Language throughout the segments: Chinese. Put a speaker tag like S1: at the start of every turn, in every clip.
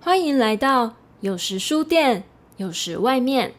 S1: 欢迎来到有时书店，有时外面。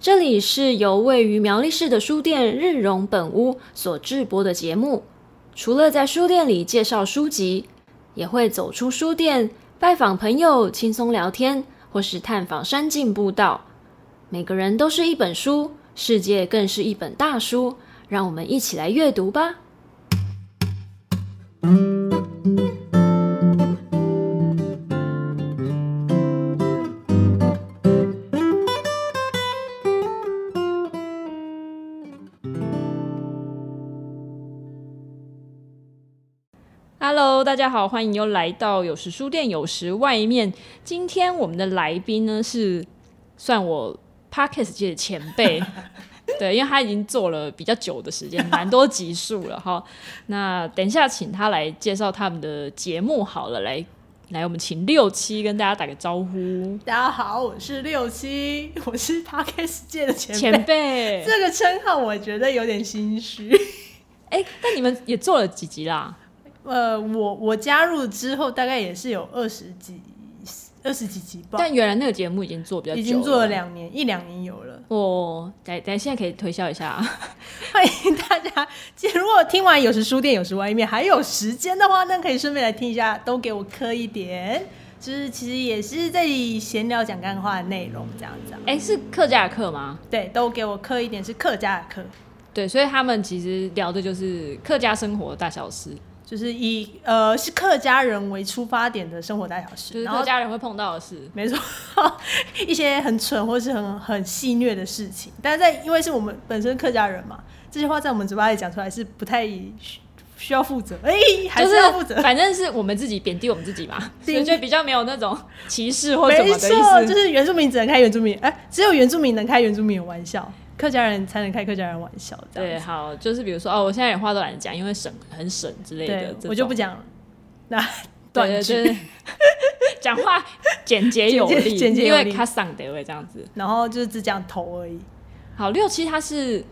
S1: 这里是由位于苗栗市的书店日荣本屋所制播的节目。除了在书店里介绍书籍，也会走出书店拜访朋友，轻松聊天，或是探访山径步道。每个人都是一本书，世界更是一本大书。让我们一起来阅读吧。Hello，大家好，欢迎又来到有时书店，有时外面。今天我们的来宾呢是算我 Podcast 界的前 辈，对，因为他已经做了比较久的时间，蛮多集数了哈。那等一下请他来介绍他们的节目好了，来来，我们请六七跟大家打个招呼，
S2: 大家好，我是六七， 我是 podcast 界的前辈。
S1: 前辈。
S2: 这个称号我觉得有点心虚。
S1: 哎，那你们也做了几集啦？
S2: 呃，我我加入之后大概也是有二十几、二十几集吧，
S1: 但原来那个节目已经做比较久，
S2: 已经做了。两年，一两年有了。
S1: 哦，等等，现在可以推销一下啊。
S2: 欢迎大家，如果听完有时书店，有时外面还有时间的话，那可以顺便来听一下，都给我磕一点。就是其实也是在闲聊讲干话的内容这样子啊、
S1: 哎，是客家的客吗？
S2: 对，都给我磕一点，是客家的客。
S1: 对，所以他们其实聊的就是客家生活大小事，
S2: 就是以呃是客家人为出发点的生活大小
S1: 就
S2: 事，
S1: 是
S2: 然
S1: 客
S2: 后
S1: 家人会碰到的事。
S2: 没错， 一些很蠢或是很很戏谑的事情，但是在因为是我们本身客家人嘛，这些话在我们嘴巴里讲出来是不太需需要负责，哎、还
S1: 就是
S2: 要负责，
S1: 反正是我们自己贬低我们自己嘛， 所
S2: 对
S1: 以就比较没有那种歧视或什
S2: 没
S1: 么的
S2: 错，
S1: 意
S2: 就
S1: 思。
S2: 是原住民只能开原住民，哎、只有原住民能开原住民的玩笑，客家人才能开客家人玩笑，这
S1: 对，
S2: 样子
S1: 好，就是比如说哦，我现在连话都懒得讲，因为省很省之类的
S2: 对，，
S1: 这
S2: 我就
S1: 种
S2: 不讲了，那 断
S1: 对
S2: 句
S1: 对对，讲话简洁有力，
S2: 简洁
S1: 因
S2: 有
S1: 为
S2: 力
S1: 他上得会这样子。
S2: 然后就是只讲头而已。
S1: 好，六七他是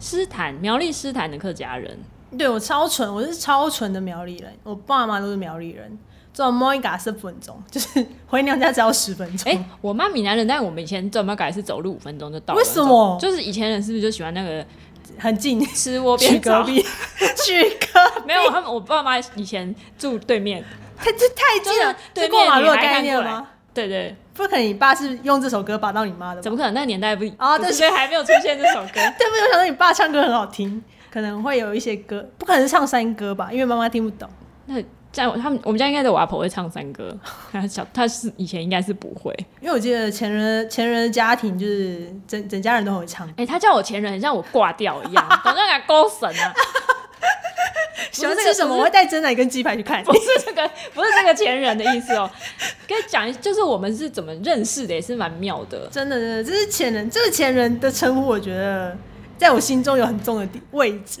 S1: 诗坛苗栗诗坛的客家人，
S2: 对我超纯，我是超纯的苗栗人，我爸妈都是苗栗人。做 m o i g a 是分钟，就是 回娘家只要十分钟。
S1: 哎、我妈闽南人，但我们以前怎么改是走路五分钟就到了。
S2: 嗯为什么
S1: 就是以前人是不是就喜欢那个
S2: 很近，
S1: 吃窝
S2: 去
S1: 边
S2: 隔
S1: 草？
S2: 壁，去 隔，
S1: 没有，他们我爸妈以前住对面，
S2: 太这太近了，
S1: 对
S2: 是过
S1: 面
S2: 马
S1: 你
S2: 路的
S1: 还
S2: 概
S1: 看
S2: 念
S1: 过来
S2: 吗？
S1: 对对，
S2: 不可能，你爸是用这首歌把到你妈的
S1: 怎
S2: 吧。
S1: 么可能？那个年代不
S2: 哦
S1: 不
S2: 对不
S1: 是
S2: 起
S1: 所以还没有出现这首歌。
S2: 对不起，我想说你爸唱歌很好听，可能会有一些歌，不可能是唱山歌吧，因为妈妈听不懂。
S1: 那在我他们我们家应该的我阿婆会唱山歌， 她小她是以前应该是不会。
S2: 因为我记得前人前人的家庭就是整整家人都很会唱，
S1: 哎、她叫我前人，很像我挂掉一样， 好像给勾绳啊。
S2: 喜欢
S1: 不是
S2: 吃什
S1: 不
S2: 么
S1: 是
S2: 我会带蒸奶跟鸡排去看
S1: 不。是这个，不是这个前人的意思哦。跟你讲，就是我们是怎么认识的，也是蛮妙的。
S2: 真的，真的，这是前人，这个前人的称呼，我觉得在我心中有很重的地位置。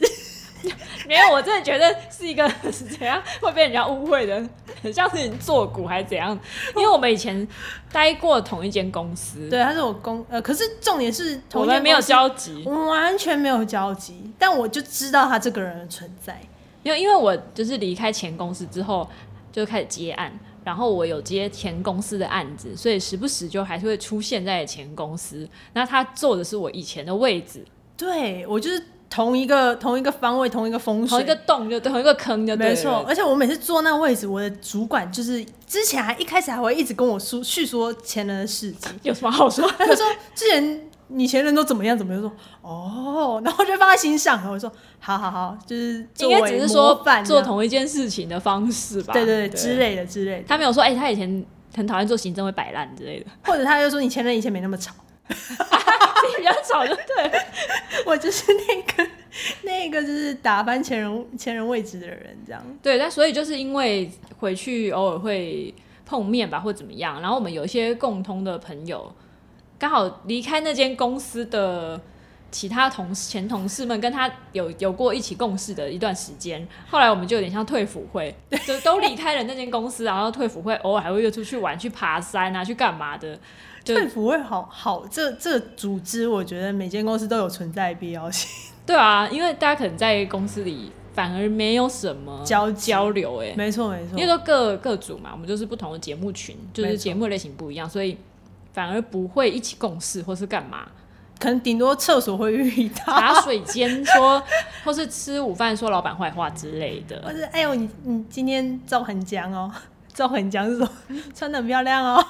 S1: 没有，我真的觉得是一个 是怎样会被人家误会的，很像是你做股还是怎样？因为我们以前待过同一间公司，
S2: 对，他是我公，呃，可是重点是同
S1: 我
S2: 一间
S1: 们没有
S2: 公司，
S1: 交集
S2: 我，们完全没有交集，但我就知道他这个人的存在。
S1: 因为因为我就是离开前公司之后就开始接案，然后我有接前公司的案子，所以时不时就还是会出现在前公司。那他坐的是我以前的位置，
S2: 对我就是同一个同一个方位，同一个风水，
S1: 同一个洞就对同一个坑就对了
S2: 没错，而且我每次坐那位置，我的主管就是之前还一开始还会一直跟我说叙说前人的事情，
S1: 有什么好说？
S2: 他就说之前你前人都怎么样怎么样，我说哦， 然后就放在心上，然后我说好好好，就是 作
S1: 应
S2: 为
S1: 该只是说
S2: 模范这
S1: 做
S2: 样
S1: 同一件事情的方式吧？
S2: 对对对之类的之类的，
S1: 他没有说，哎、他以前很讨厌做行政会摆烂之 类的，
S2: 或者他就说你前任以前没那么吵，
S1: 自己比较吵就对了。
S2: 我就是那个 那个就是打翻前人前人位置的人这样。
S1: 对，但所以就是因为回去偶尔会碰面吧，或怎么样，然后我们有一些共通的朋友，刚好离开那间公司的其他同事前同事们跟他有有过一起共事的一段时间，后来我们就有点像退辅会，就都离开了那间公司，然后退辅会偶尔还会约出去玩、去爬山啊、去干嘛的。就
S2: 政府会好好，这这组织我觉得每间公司都有存在必要性。
S1: 对啊，因为大家可能在公司里反而没有什么
S2: 交集
S1: 交流、欸，
S2: 没错没
S1: 因
S2: 错
S1: 为，都各各组嘛，我们就是不同的节目群，就
S2: 嗯没
S1: 是
S2: 错
S1: 节目类型不一样，所以反而不会一起共事或是干嘛。
S2: 可能顶多厕所会遇到，
S1: 茶水间说，或是吃午饭说老板坏话之类
S2: 或
S1: 的。
S2: 者哎呦你你今天照很僵哦， 照很僵是什么？穿的很漂亮哦，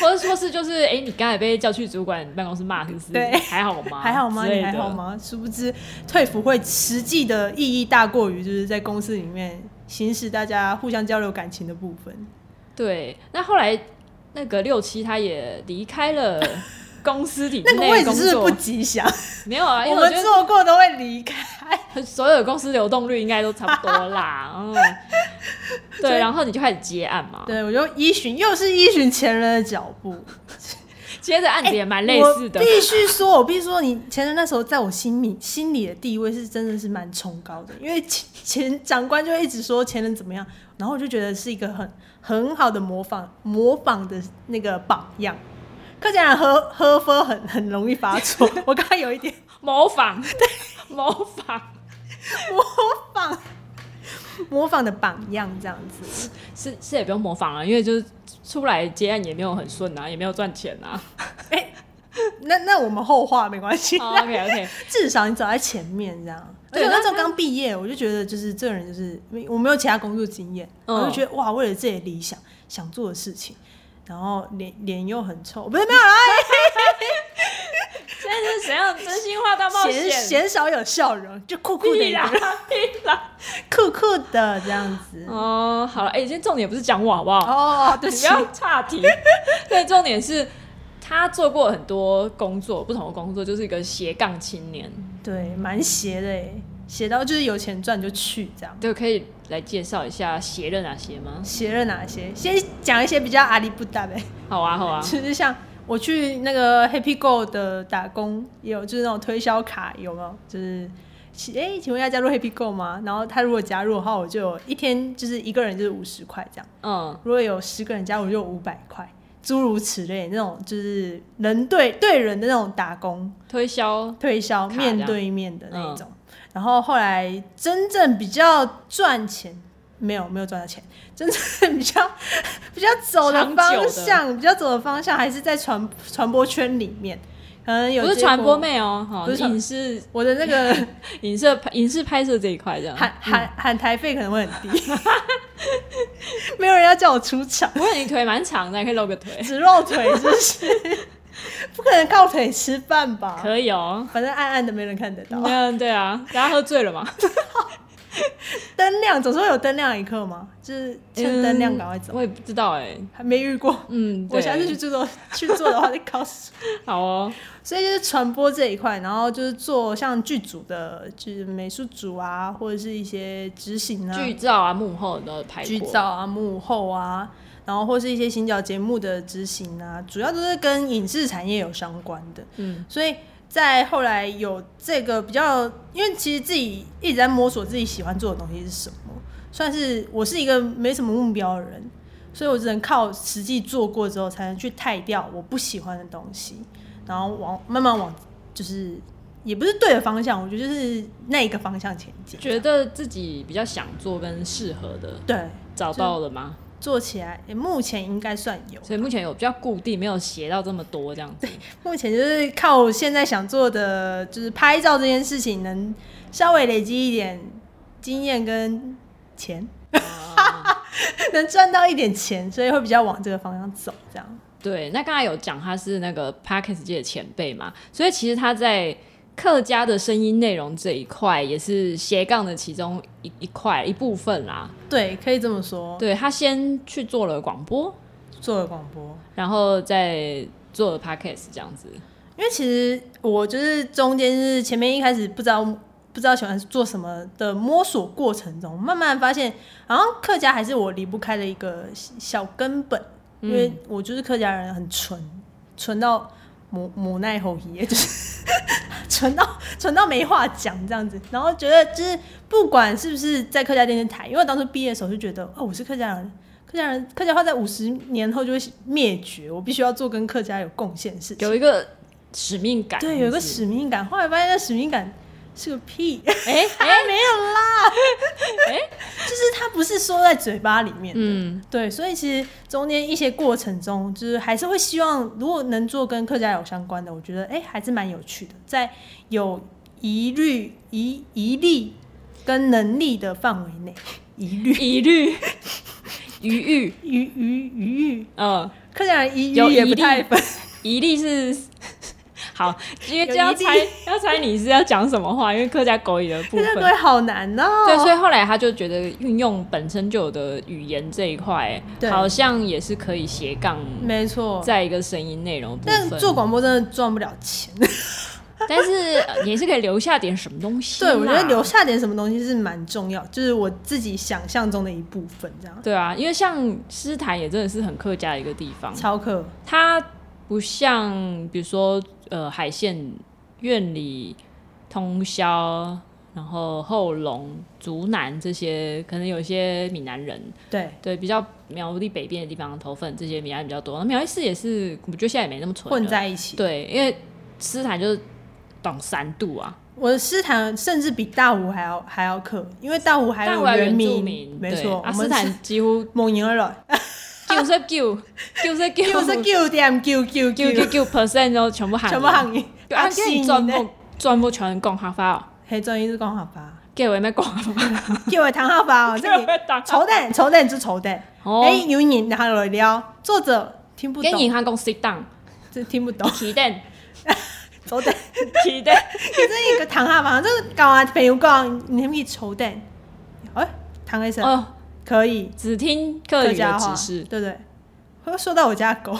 S1: 或者说是就是，哎、你刚才被叫去主管办公室骂，是不是？
S2: 对
S1: 还好吗？
S2: 还好吗？
S1: 啊之类
S2: 你还
S1: 的
S2: 好？吗？殊不知退服会实际的意义大过于就是在公司里面行使大家互相交流感情的部分。
S1: 对，那后来那个六七他也离开了公司体制
S2: 那个
S1: 内
S2: 位
S1: 的
S2: 置
S1: 工
S2: 是
S1: 作，
S2: 不是不吉祥，
S1: 没有啊，因
S2: 我
S1: 为我
S2: 们
S1: 觉得
S2: 做过都会离开。
S1: 所有的公司流动率应该都差不多 啦。嗯，
S2: 所以
S1: 对，然后你就开始接案嘛，
S2: 对，我就依循，又是依循前人的脚步，
S1: 接着案子也蛮类似的
S2: 哎我。必须说，我必须说，你前人那时候在我心里心里的地位是真的是蛮崇高的，因为前前长官就会一直说前人怎么样，然后我就觉得是一个很很好的模仿模仿的那个榜样。客家人喝喝分很很容易发错，我刚刚有一点
S1: 模仿，对， 模仿
S2: 模仿模仿的榜样这样子，
S1: 是是也不用模仿啊了，因为就是出来接案也没有很顺啊，也没有赚钱 啊。
S2: 那那我们后话没关系。
S1: OK OK，
S2: 至少你走在前面这样。而
S1: 对
S2: 且我那时候刚毕业，我就觉得就是这个人就是我没有其他工作经验，
S1: 嗯
S2: 我就觉得哇，为了自己的理想想做的事情，然后脸脸又很 臭，不是没有啦，
S1: 现在是怎样真心话大冒险？
S2: 嫌嫌少有笑容，就酷酷的
S1: 屁
S2: 一
S1: 啦
S2: 个人，
S1: 屁啦！
S2: 酷酷的这样子。
S1: 哦，好了，哎、今天重点不是讲我好不好？
S2: 哦，对
S1: 你不
S2: 不起，
S1: 要岔题。对，重点是他做过很多工作，不同的工作，就是一个斜杠青年。
S2: 对，蛮邪的哎，邪到就是有钱赚就去这样。
S1: 对，可以来介绍一下斜了哪些吗？
S2: 邪了哪些？先讲一些比较阿里不搭呗。
S1: 好啊，好 啊。
S2: 就是像我去那个 Happy Go 的打工，也有就是那种推销卡，有没有？就是请哎、请问要加入 Happy Go 吗？然后他如果加入的话，我就有一天就是一个人就是五十块这样，
S1: 嗯，
S2: 如果有十个人加入就五百块，诸如此类那种就是人对对人的那种打工
S1: 推销
S2: 推销，
S1: 卡这样
S2: 面对面的那种。然后后来真正比较赚钱。没有没有赚到钱，真正比较比较走的
S1: 长久的
S2: 方向，比较走的方向还是在传传播圈里面，可能有
S1: 不是
S2: 接过
S1: 传播，妹哦，好，
S2: 不是传
S1: 影视
S2: 我的 那个
S1: 影视拍影视拍摄这一块这样。
S2: 喊喊喊台费可能会很低， 没有人要叫我出场，
S1: 不过你腿蛮长的，可以露个 腿，
S2: 只露腿就是不可能靠腿吃饭吧？
S1: 可以哦。
S2: 反正暗暗的没人看得到，
S1: 嗯，对啊，大家喝醉了嘛？
S2: 灯亮总是会有灯亮一刻嘛，就是 趁灯亮赶快走，
S1: 嗯我也不知道哎。
S2: 还没遇过。
S1: 嗯，
S2: 我下次去
S1: 对
S2: 制作去做的话，再 告诉
S1: 好哦。
S2: 所以就是传播这一块，然后就是做像剧组的，就是美术组啊，或者是一些执行啊、
S1: 剧照啊，幕后都有拍
S2: 剧
S1: 过。
S2: 照啊、幕后啊，然后或是一些行脚节目的执行啊，主要都是跟影视产业有相关的。
S1: 嗯，
S2: 所以在后来有这个比较，因为其实自己一直在摸索自己喜欢做的东西是什么，算是我是一个没什么目标的人，所以我只能靠实际做过之后，才能去汰掉我不喜欢的东西，然后往慢慢往就是也不是对的方向，我觉得就是那个方向前进。
S1: 觉得自己比较想做跟适合的，
S2: 对，
S1: 找到了吗？
S2: 做起来、诶目前应该算有，
S1: 所以目前有比较固定，没有斜到这么多这样子。
S2: 目前就是靠我现在想做的，就是拍照这件事情，能稍微累积一点经验跟钱，
S1: 啊
S2: 能赚到一点钱，所以会比较往这个方向走。这样，
S1: 对，那刚才有讲他是那个 Parkes 界的前辈嘛，所以其实他在客家的声音内容这一块也是斜杠的其中一一块一部分啦。
S2: 对，可以这么说。
S1: 对他先去做了广播，
S2: 做了广播，
S1: 然后再做了 Parkes 这样子。
S2: 因为其实我就是中间是前面一开始不知道不知道喜欢做什么的摸索过程中，慢慢发现好像客家还是我离不开的一个小根本，因为我就是客家人，很纯，纯到母母奈后皮，就是 纯到纯到没话讲这样子。然后觉得就是不管是不是在客家电视台，因为我当初毕业的时候就觉得，哦，我是客家人。客家人客家话在五十年后就会灭绝，我必须要做跟客家有贡献的事情。
S1: 有一个使命感，
S2: 对，有一个
S1: 是
S2: 使命感。后来发现那使命感是个屁，
S1: 不是，哎哎
S2: 没有啦，就是它不是说在嘴巴里面的。
S1: 嗯，
S2: 对，所以其实中间一些过程中，就是还是会希望，如果能做跟客家有相关的，我觉得哎、诶还是蛮有趣的，在有疑虑、疑疑虑跟能力的范围内，疑虑、
S1: 疑虑、余欲，
S2: 疑疑疑虑，
S1: 嗯，
S2: 客家人疑
S1: 有
S2: 虑也
S1: 疑虑
S2: 不太分，
S1: 疑虑是 好，因为
S2: 有
S1: 这要
S2: 疑虑
S1: 猜要猜你是要讲什么话，因为客家狗语的部
S2: 客家
S1: 分，
S2: 对好难哦、
S1: 对，所以后来他就觉得运用本身就有的语言这一块，
S2: 对
S1: 好像也是可以斜杠
S2: 没错。
S1: 在一个声音内容的部
S2: 但
S1: 分，
S2: 做广播真的赚不了钱，
S1: 但是呃也是可以留下点什么东西啦。
S2: 对我觉得留下点什么东西是蛮重要，就是我自己想象中的一部分，这 样。
S1: 对啊，因为像诗坛也真的是很客家的一个地方，
S2: 超客，
S1: 它不像比如说呃海线院里通宵。然后后龙、竹南这些，可能有一些闽南人，
S2: 对，
S1: 对，比较苗栗北边的地方头份这些闽南人比较多。那苗栗市也是，我觉得现在也没那么纯了
S2: 混在一起。
S1: 对，因为斯坦就是懂三度啊，
S2: 我的诗坛甚至比大湖还要还要克，因为大湖还
S1: 但
S2: 有
S1: 我原住
S2: 民，
S1: 民，
S2: 没
S1: 对
S2: 错，
S1: 啊，
S2: 我
S1: 斯
S2: 们是
S1: 坦几乎
S2: 蒙赢了，
S1: 九十九、九十九、
S2: 就是九点九九
S1: 九
S2: 九
S1: 九，九 percent 都全部喊，
S2: 全部行业，
S1: 对啊，跟你全
S2: 的，
S1: 部全部全讲下发哦，
S2: 黑专一是讲合法，
S1: 叫我咩讲下发，
S2: 叫我唐浩发哦，这里
S1: 好
S2: 丑蛋丑蛋是丑蛋，
S1: 哦，
S2: 哎，有人然后来聊，作者听不
S1: 跟
S2: 懂，
S1: 银行公司当
S2: 这听不懂，
S1: 期待
S2: 丑蛋，
S1: 期 待，
S2: 这一个唐浩发，这个搞啊朋友讲，你可以丑蛋，哎，唐医生
S1: 哦，
S2: 可以，
S1: 只听客语
S2: 家
S1: 的
S2: 话，
S1: 指示，
S2: 对不对？会说到我家狗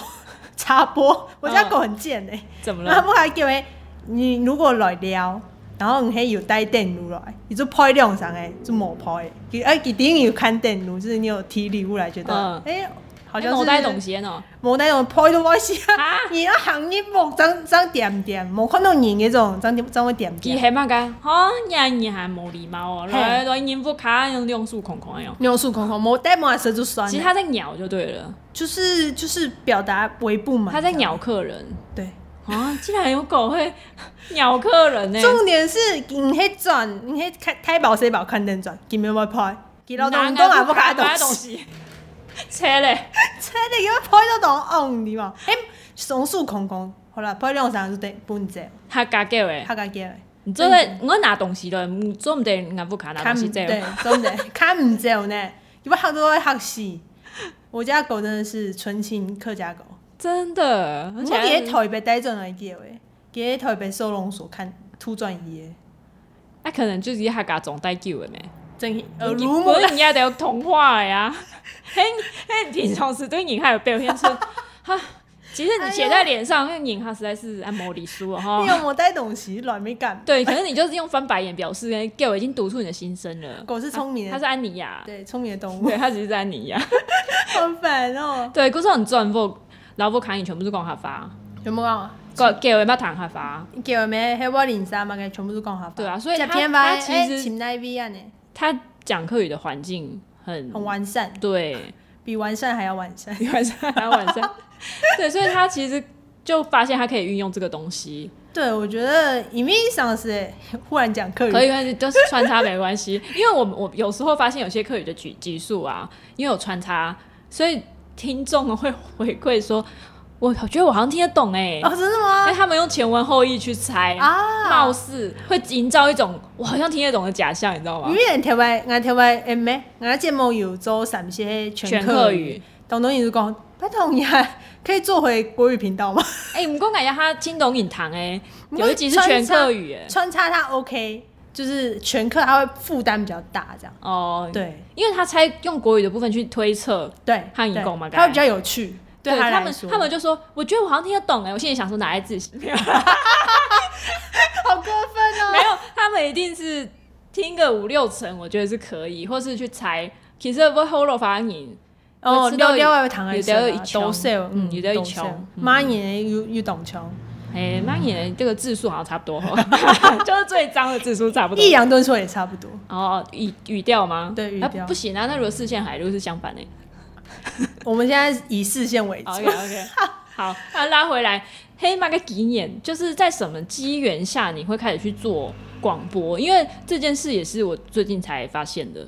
S2: 插播，
S1: 嗯
S2: 我家狗很贱哎、
S1: 怎么
S2: 然后
S1: 了？
S2: 他们还叫诶，你如果来了，然后你还有带电炉来，你就拍两上诶，就抹拍诶，给哎给定有看电炉，就是你有提礼物来，觉得
S1: 嗯
S2: 哎、 好
S1: 像
S2: 像是
S1: 某带东西呢，
S2: 某带种拍都拍死啊！
S1: 啊，
S2: 你那行业某张张点点，某看到你那种张张会点
S1: 伊
S2: 点，
S1: 系嘛个，好人你还无礼貌哦，
S2: 嘿
S1: 来来音符卡用用数空空哟。
S2: 扭数空空，某带某舌就酸
S1: 哦其实
S2: 了，
S1: 他在鸟就对了，
S2: 就是就是表达为不满，
S1: 他在鸟客人
S2: 对。
S1: 啊！竟然有狗会鸟客人呢、
S2: 重点是，你迄转，你迄开开保谁保看灯转，给没有拍，给老东东也不看
S1: 东
S2: 懂，
S1: 西，切嘞！
S2: 真的给我拍到懂红的嘛？哎，松树空空，好啦，拍两三就对，不能这，
S1: 他家狗诶，
S2: 他敢给
S1: 你做在我拿东西了，你做唔得人不卡拿
S2: 看
S1: 东
S2: 唔
S1: 西这
S2: 对
S1: 样，，
S2: 真的看唔着呢，因为好多会学死。我家狗真的是纯情客家狗，
S1: 真的，
S2: 我
S1: 而
S2: 给
S1: 且
S2: 台北带转来叫诶，给台北收容所看突转移的，
S1: 他可能就是他家总带狗的咩？
S2: 真耳
S1: 你不
S2: 濡目
S1: 是人家得有童话呀、嘿，嘿，平常时对影还有表现 出，哈，其实你写在脸上，那影他实在是按摩里输了
S2: 你
S1: 哈。
S2: 有没有带东西软没干？
S1: 对，可是你就是用翻白眼表示，哎给我已经读出你的心声了。
S2: 狗是聪明的
S1: 他是安妮亚，
S2: 对，聪明的动物。
S1: 对，他只是安妮亚。
S2: 好烦哦、
S1: 对，故事很赚不，老婆卡你全部是讲他发，
S2: 全部讲，
S1: 给给我要谈他发，
S2: 叫咩？黑啊我零三嘛，给全部都讲哈。
S1: 对啊所以他
S2: 这篇吧，
S1: 他其
S2: 哎
S1: 实
S2: 请那 V 啊呢，
S1: 他讲课语的环境很
S2: 很完善，
S1: 对，
S2: 比完善还要完善。
S1: 晚上还晚上，对，所以他其实就发现他可以运用这个东西。
S2: 对，我觉得以面上是忽然讲客
S1: 可
S2: 语，
S1: 以，但是就是穿插没关系，因为我们我有时候发现有些课语的举级数啊，因为有穿插，所以听众会回馈说，我觉得我好像听得懂哎、欸，
S2: 哦，真的吗？
S1: 因为他们用前文后意去猜，
S2: 啊，
S1: 貌似会营造一种我好像听得懂的假象，你知道吗
S2: 因？为台湾，俺台湾诶咩，俺节目有做三些全
S1: 全
S2: 客
S1: 课
S2: 语
S1: 语，，
S2: 东东也是讲，拜托呀，啊可以做回国语频道吗？
S1: 哎、我们公感觉他听懂隐藏哎、
S2: 不过
S1: 有一集是
S2: 穿
S1: 全
S2: 插
S1: 课语哎、
S2: 穿插它 OK，就是全课它会负担比较大，这样。
S1: 哦，，
S2: 对
S1: 因为他猜用国语的部分去推测，
S2: 对，
S1: 汉语
S2: 对
S1: 共嘛
S2: 它会比较有趣。对
S1: 他
S2: 来
S1: 们
S2: 说
S1: 他们就说，我觉得我好像听得懂哎、我心里想说哪来自信？
S2: 好过分 哦！
S1: 没有，他们一定是听个五六成，我觉得是可以，或是去猜。其实不 h o l o 发音，
S2: 哦，
S1: 吃到
S2: 了了外糖
S1: 有
S2: 来吃
S1: 了
S2: 啊，
S1: 一枪
S2: 都是哦
S1: 嗯有了一
S2: 都是
S1: 枪
S2: 哦
S1: 嗯
S2: 妈耶，又又懂穷，
S1: 哎，那你的这个字数好像差不多哦， 就是最脏的字数差不多
S2: 抑。扬顿挫也差不多。
S1: 哦，语语调吗？
S2: 对语
S1: 啊
S2: 调
S1: 不行啊，那如果四线海如果是相反呢
S2: 我们现在以视线为主
S1: 哦 OK，OK。OK OK，好，那拉回来，黑马个几年，就是在什么机缘下你会开始去做广播？因为这件事也是我最近才发现的。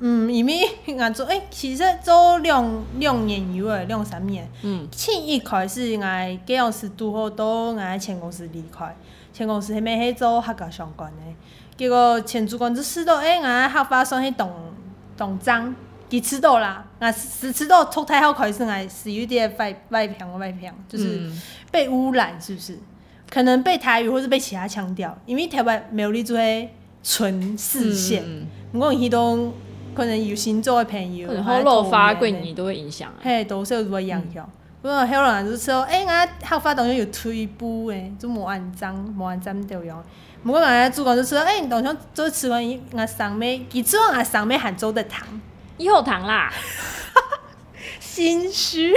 S2: 嗯，伊咪俺做诶，其实做两两年以外，两三年。
S1: 嗯，
S2: 前一开始俺给老师拄好到俺前公司离开，前公司迄面迄做客家相关的，结果前主管就试到诶，俺客家上迄懂懂章，给迟到啦，俺迟迟到从太好开始，俺是有点外外偏外偏，就是
S1: 嗯
S2: 被污染，是不是？可能被台语或是被其他腔调，因为台湾没有你做迄纯视线。
S1: 嗯
S2: 毋过伊都可能有星座的朋友，
S1: 或者
S2: 还
S1: 后
S2: 有
S1: 漏发
S2: 同
S1: 贵
S2: 年的
S1: 你，都会影响啊。
S2: 嘿，都是有不一样的。不过有人就说，哎、欸，我后发当中有退步诶，就无按章，无按章对样。不过人家主管就说，哎、欸，当中做吃完伊俺上面，其实俺上面还做的糖，
S1: 以后糖 啦，
S2: 心虚，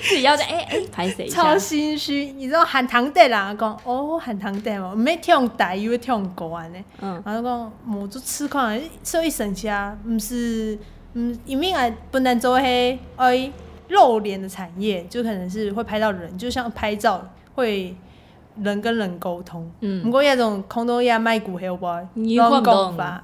S1: 自己要在哎哎拍谁一下
S2: 超？心虚。你知道含糖的人讲，哦，含糖的嘛，毋免听台语，听国安尼。
S1: 嗯，
S2: 然后讲，我就吃看，所以省下，毋是，嗯，因为啊，不能做黑哎露脸的产业，就可能是会拍到人，就像拍照会人跟人沟通。
S1: 嗯
S2: 不过那种空中亚卖股黑包，
S1: 你混不
S2: 讲
S1: 懂
S2: 法，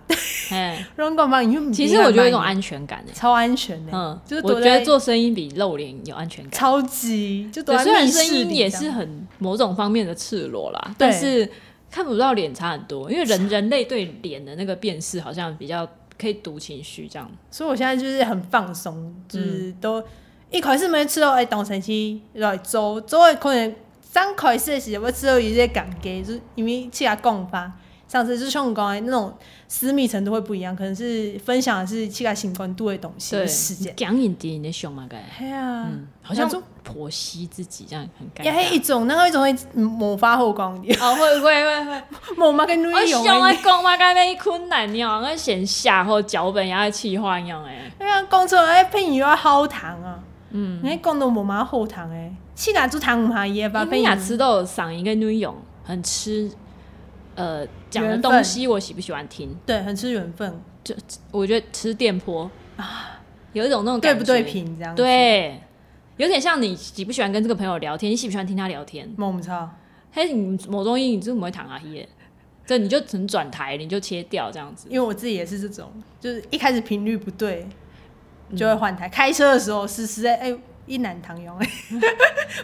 S1: 哎，
S2: 乱讲法，你就
S1: 其实我觉得有一种
S2: 安
S1: 安全感哎。
S2: 超安全的、
S1: 嗯，
S2: 就是
S1: 我
S2: 躲
S1: 觉
S2: 在
S1: 得做生意比露脸有安全感。
S2: 超级就躲
S1: 对，
S2: 在
S1: 虽然
S2: 密
S1: 声
S2: 室
S1: 音
S2: 里
S1: 也
S2: 这
S1: 是
S2: 样
S1: 很某种方面的赤裸啦，
S2: 对
S1: 但是看不到脸差很多，因为人人类对脸的那个辨识好像比较可以读情绪这样。
S2: 所以我现在就是很放松，就是都、一开始没吃到哎，当神奇来做做的可能刚开始的时候，我吃到有些感觉，就是因为其他讲法。上次就像我讲的那种私密程度会不一样，可能是分享的是其他新关度的东西
S1: 对，
S2: 事件。
S1: 讲引敌你的胸嘛，感觉，
S2: 哎呀，
S1: 嗯，好像
S2: 那种
S1: 婆媳自己这样很尴
S2: 也是
S1: 尬。
S2: 啊一种，那个一种会某发后光的，
S1: 哦，会会会会，
S2: 某妈跟女
S1: 我
S2: 友哎
S1: 想我讲我该被困难了，我嫌下好脚本也要气化一样哎。
S2: 哎呀，讲出来朋友要好糖啊，嗯，你讲到某妈好糖哎诶，其他做糖唔下也把朋
S1: 因
S2: 友
S1: 雅哎啊吃豆赏一个女勇，很吃呃讲的
S2: 缘分
S1: 东西我喜不喜欢听，
S2: 对，很吃缘分。
S1: 我觉得吃电波啊，有一种那种
S2: 对
S1: 感
S2: 不
S1: 觉
S2: 对？平这样子，
S1: 对，有点像你喜不喜欢跟这个朋友聊天，你喜不喜欢听他聊天？
S2: 梦不超。
S1: 嘿，你某东西你就不会躺下耶，这你就只能转台，你就切掉这样子。
S2: 因为我自己也是这种，就是一开始频率不对，
S1: 嗯
S2: 就会换台。开车的时候是实在哎、一男唐勇，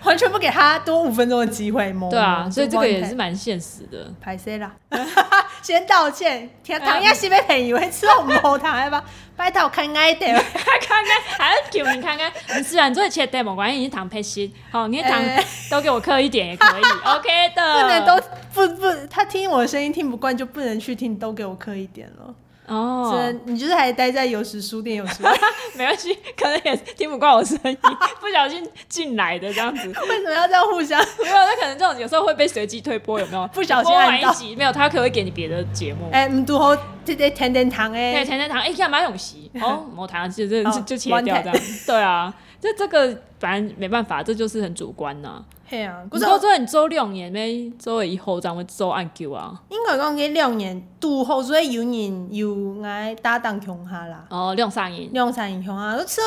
S2: 完全不给他多五分钟的机会。某
S1: 对啊，
S2: 某
S1: 所以这个也
S2: 就换
S1: 是
S2: 台
S1: 蛮现实的。
S2: 排 C 啦， 先道歉。天唐要是被朋友会吃到某台吧， 拜托看 爱点。
S1: 看看，还要给你看看。你虽然做切掉没关系，你躺配心，好，你躺
S2: 哎
S1: 都给我刻一点也可以，OK 的。
S2: 不能都不不，他听我的声音听不惯，就不能去听，都给我刻一点了。
S1: 哦，
S2: 所以你就是还待在有时书店，有时
S1: 没关系，可能也听不惯我声音，不小心进来的这样子。
S2: 为什么要这样互相？
S1: 没有，那可能这种有时候会被随机推播，有没有？
S2: 不小心
S1: 播
S2: 按
S1: 完
S2: 到
S1: 一集，没有，他可能会给你别的节目。
S2: 哎、唔拄好，这这甜甜糖
S1: 对，
S2: 哎，
S1: 甜甜糖，哎，干嘛用席？ 哦，某糖就就
S2: 哦
S1: 就就切掉这样。对啊，这这个反正没办法，这就是很主观呐。
S2: 嘿啊，
S1: 不
S2: 可
S1: 是
S2: 是
S1: 我
S2: 我
S1: 做你周六年咩，周以后咱们周按 Q 啊，
S2: 应该讲这两年拄好，所以有人有爱搭档乡下啦，
S1: 哦，两三年，
S2: 两三年乡下，我说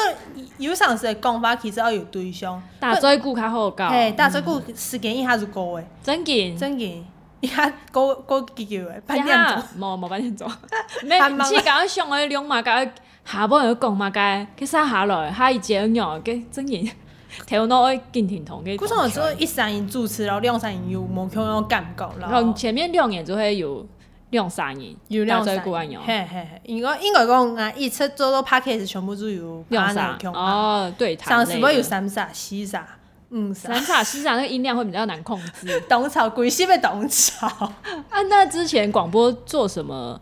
S2: 有上次讲法其实要有对象，
S1: 大周顾较好搞，
S2: 嘿，但这个时间一下就高诶，
S1: 真紧。
S2: 真嘅一下高高几久诶，半点钟
S1: 呀，冇冇半点 钟，咩？
S2: 慢
S1: 唔
S2: 慢
S1: 知搞上我两马甲，下半又讲马甲，佢生下来，下一隻樣嘅真然跳到我健甜筒嘅。
S2: 古 上我说一三年主持，然后两三年有无腔有感觉啦，
S1: 然后前面两年就会有两三年，
S2: 有两
S1: 大
S2: 三
S1: 嘴骨按钮，
S2: 嘿嘿嘿，应该应该讲啊，一次做到 p a c k a g e 全部都有
S1: 两
S2: 搭
S1: 三
S2: 档乡下，
S1: 哦，对，
S2: 上
S1: 是
S2: 次我有三煞、四煞、五煞
S1: 三。叉四叉，那个音量会比较难控制
S2: 董草，鬼西被董草。
S1: 啊。那之前广播做什么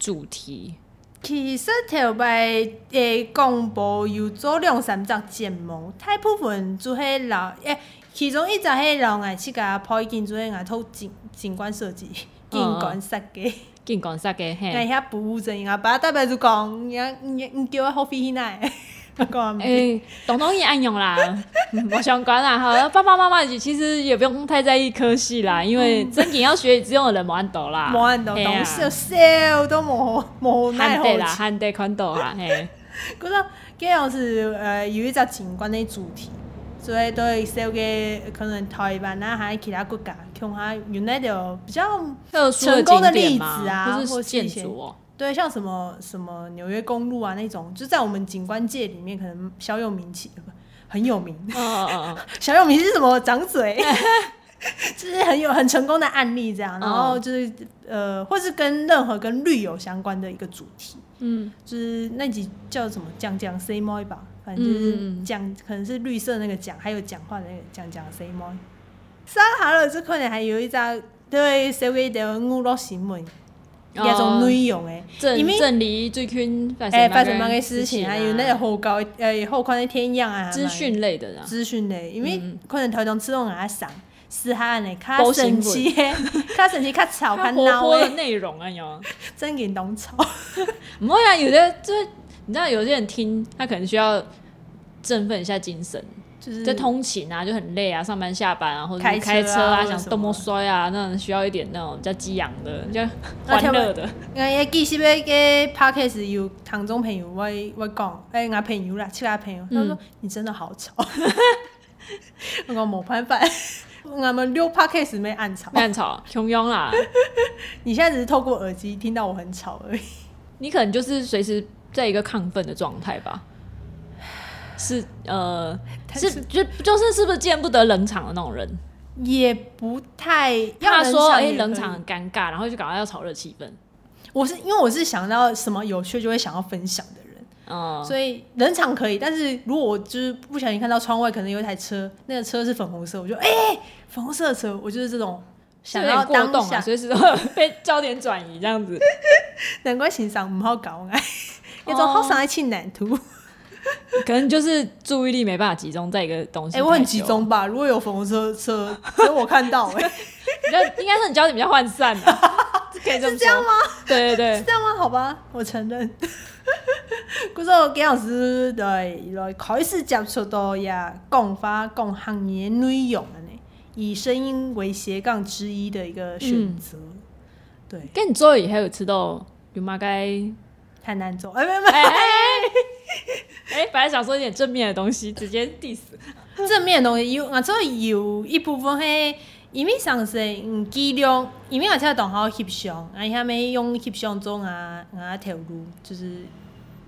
S1: 主题？
S2: 其实头摆诶广播有做两三集节目，大部分做迄老诶、其中一集迄老爱去甲跑进做迄外头景
S1: 嗯
S2: 景观设计、景观设计，
S1: 健讲啥嘅嘿
S2: 哎？遐不务正业，爸大伯就讲，你你你叫我好飞去哪？干嘛
S1: 哎、懂懂也爱用啦， 嗯我想管啦。好了，爸爸妈妈其实也不用太在意科系啦，因为真正要学只有人冇按到啦，
S2: 冇按到
S1: 嘿啊
S2: 嗯懂笑笑都冇冇奈
S1: 汉
S2: 何
S1: 地啦，汉地宽度啦， 嘿，
S2: 嗰個今日是呃有一隻景觀的主題，所以對少嘅可能台灣啊，還有其他國家，看下原來就比較
S1: 特殊的
S2: 成功的
S1: 景点
S2: 例
S1: 嘛
S2: 子啊
S1: 或
S2: 或
S1: 是
S2: 是
S1: 建
S2: 一些
S1: 筑哦、
S2: 对，像什么什么纽約公路啊那种，就在我們景觀界裡面可能小有名 氣，很有名。
S1: 嗯嗯嗯嗯，
S2: 小有名是什么？掌嘴，就是很有很成功的案例这样。然后就是、呃，或是跟任何跟绿有相关的一个主题，
S1: 嗯，
S2: 就是那集叫什么“讲讲 C m o 吧，反正
S1: 嗯
S2: 就是讲、可能是绿色那个讲，还有讲话的那个讲讲 C m o 上好了，这可能还有一张对社会的网络新闻，一种
S1: 哦
S2: 内容诶。因
S1: 正
S2: 为
S1: 正离最近发
S2: 哎，
S1: 生
S2: 发
S1: 蛮
S2: 生
S1: 多
S2: 蛮个事情，还有那个
S1: 啊
S2: 后高呃后宽的天样啊，
S1: 资讯类的啦，
S2: 资讯的，因为
S1: 嗯
S2: 可能头中吃拢阿上，是哈呢，较
S1: 保险
S2: 神奇的， 较神奇较吵较
S1: 它活
S2: 闹
S1: 泼的
S2: 的，
S1: 内容哎呦，
S2: 真给拢吵。
S1: 不会啊，有的就是你知道，有些人听他可能需要振奋一下精神，
S2: 就是
S1: 在通勤啊就很累啊，上班下班啊，或者
S2: 嗯开
S1: 是开
S2: 车啊
S1: 车
S2: 或
S1: 啊，
S2: 者
S1: 想
S2: 什么
S1: 东摸摔啊，那种需要一点那种比较激昂的、 比较
S2: 那
S1: 欢
S2: 跳
S1: 乐的，
S2: 俺也记是要个 podcast 有唐中朋友，我我讲，哎、我朋友啦，其他朋友，他说、
S1: 嗯
S2: 你真的好吵， 我讲没办法， 我们六 podcast 没暗吵，
S1: 乱吵，汹涌啦，
S2: 你现在只是透过耳机听到我很吵而已。
S1: 你可能就是随时在一个亢奋的状态吧。是呃，
S2: 但
S1: 是就就是是不是见不得冷场的那种人？
S2: 也不太要
S1: 怕说哎、
S2: 哎、
S1: 冷场很尴尬，然后就赶快要炒热气氛。
S2: 我是因为我是想到什么有趣就会想要分享的人，
S1: 嗯，
S2: 所以冷场可以，但是如果我就是不小心看到窗外可能有一台车，那个车是粉红色，我就哎、粉红色的车，我就是这种
S1: 是
S2: 想
S1: 有
S2: 要
S1: 点过
S2: 当
S1: 动
S2: 下
S1: 啊，随时都会被焦点转移这样子。
S2: 难怪欣赏唔好搞 哎，
S1: 哦
S2: 一种好上一气难图。
S1: 可能就是注意力没办法集中在一个东西。
S2: 哎，我很集，中吧？如果有粉红色车，只有我看 到哎，
S1: 比较应该说你焦点比较涣散啊， 可以这么
S2: 是这样
S1: 吗？对对对，
S2: 这样吗？好吧，我承认。 嗰首幾老師嚟來開始接觸到呀講法講行業內容啊呢，以聲音為斜杠之一的一個選擇，對，
S1: 跟你周也还有吃到有吗？该哎
S2: 太难走，哎、没没
S1: 哎哎哎，本来想说一点正面的东西，直接 diss。
S2: 正面的东西有，啊，这有一部分嘿，因为上是嗯计量，因为啊，这同好翕相，啊，下面用翕相中啊啊投入，就是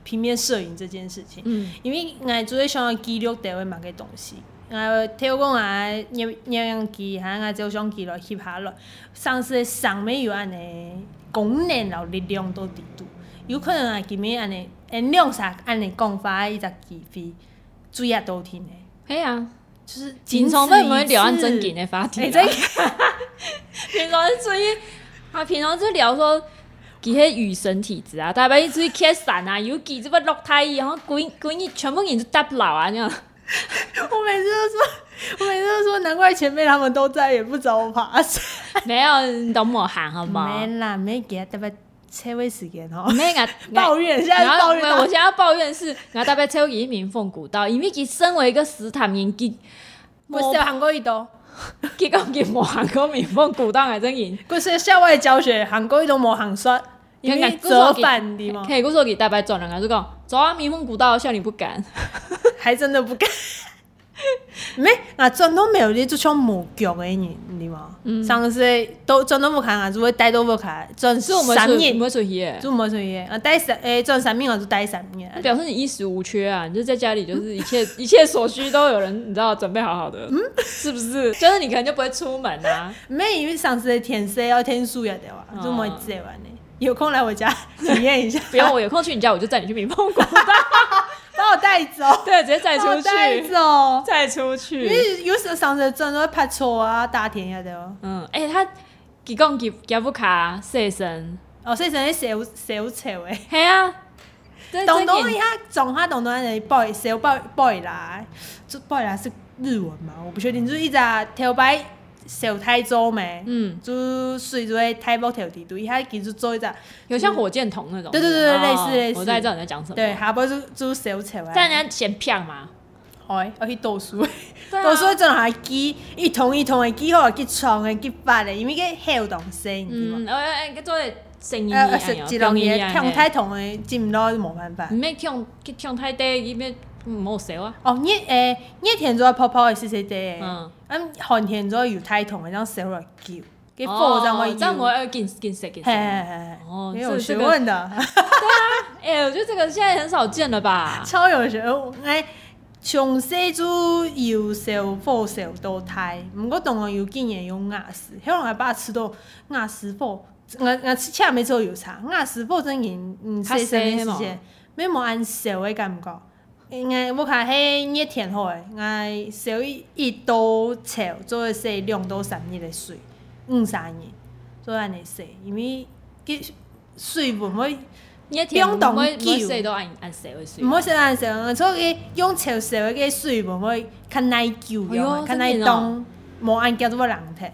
S2: 平面摄影这件事情，
S1: 嗯
S2: 因为俺做想要记录台湾某个东西。啊，体育讲啊，摄摄影机，还啊照相机来翕下来，上是上面有安尼功能，然后力量都伫度，有可能啊，前面安尼，因量啥安尼讲法，伊只机会，主要都挺诶。
S1: 哎呀，
S2: 啊就是
S1: 平常
S2: 在
S1: 在们聊按真欸给的发题
S2: 哎，
S1: 啦，
S2: 真
S1: 平常注意，啊，平常就聊说，给些雨神体质啊，大白注意开伞啊，尤其这个落胎衣，然后滚滚一全部给你打不牢啊，这样。
S2: 我每次都说，我每次都说，难怪前辈他们都在，也不找我爬山。
S1: 没有，你懂我行好
S2: 没
S1: 吗？
S2: 啦，没给他大概车位时间哦。
S1: 没个
S2: 抱怨，现在
S1: 然后
S2: 抱怨
S1: 我我
S2: 到
S1: 现在要抱怨是，我大概超一名凤古道，因为他身为一个石潭人，结
S2: 我是韩国一都，
S1: 结果给我韩国民凤古道还真赢，
S2: 我是校外教学，韩国一都没韩刷，因为折返的嘛，
S1: 可以，我说给大白转了，我就讲走啊，民凤古道，笑你不敢，
S2: 还真的不敢。没，啊，真都没有你就像母狗的你，你嘛，
S1: 嗯
S2: 上次都真都不看啊，只会带都不看，转
S1: 所以我们
S2: 三
S1: 属我
S2: 面，
S1: 们属耶。
S2: 就没所以啊，带三诶，转三面我就带三啊面，
S1: 表示你衣食无缺啊！你就在家里，就是一切一切所需都有人，你知道准备好好的，是不是？就是你可能就不会出门啊，
S2: 没，因为上次天色要天数也得哇，
S1: 嗯
S2: 就没接完呢。有空来我家体验一下，
S1: 不用我有空去你家，我就载你去民凤古道，
S2: 把我带 走，
S1: 对，直接载
S2: 把
S1: 出
S2: 我带
S1: 去，
S2: 走。
S1: 载出
S2: 因
S1: 去。
S2: 为有时候上次真的会拍错啊，打田也得哦。
S1: 嗯，哎、他几讲几几不卡细身，
S2: 哦，所以真的小小丑诶，
S1: 嘿啊，这
S2: 东
S1: 这
S2: 东一下总他东东那里 boy 小 boy boy 啦，这 boy 啦是日文嘛，我不确定，就是一只头白小台州没，
S1: 嗯，
S2: 就是水就会台胞条地对，他其实做一只，
S1: 有像火箭筒那种，
S2: 对对对对
S1: 哦
S2: 类似类似
S1: 我大概知道你在讲什么，
S2: 对，，下晡就就小啊出来，
S1: 但人家嫌骗嘛，
S2: 哎，要去读书。
S1: 对啊
S2: 多数阵还记一通一通的记好，记创的记发的，因为个好东西，你知道吗？
S1: 嗯，呃呃，叫做声音
S2: 呃，
S1: 啊，
S2: 是一
S1: 声
S2: 两
S1: 音
S2: 个
S1: 啊
S2: 向太同的进到没办法
S1: 唔。免唱，去唱太低，伊免冇熟啊。
S2: 哦，你诶，你天做泡泡的是谁的？嗯，
S1: 嗯，
S2: 寒天做有太同的，然后烧来叫，给火
S1: 哦
S2: 上我
S1: 这样我要见见识见识。
S2: 嘿嘿嘿，
S1: 哦
S2: 很有
S1: 这
S2: 学
S1: 个
S2: 问的，
S1: 哎，我觉得这个现在很少见了吧？
S2: 超有学问。哎，从细就有烧火烧到胎，不过当然有经验用牙齿，迄人阿爸吃到牙齿火，牙牙齿吃没做有差，牙齿火真严，嗯，
S1: 较
S2: 细细的
S1: 细嘛
S2: 时间，没冇按烧的感觉。应该我看迄热天好诶，爱烧一一刀炒做一洗两到三日的水，五三日做安尼洗，因为佮水分会。
S1: 你一听
S2: 不用
S1: 每
S2: 动
S1: 每岁都按按熟的岁
S2: 唔。好食烂食，所以用潮湿嘅水无会较耐久
S1: 哎呦
S2: 用，较耐
S1: 真的哦
S2: 冻，无按叫做人体，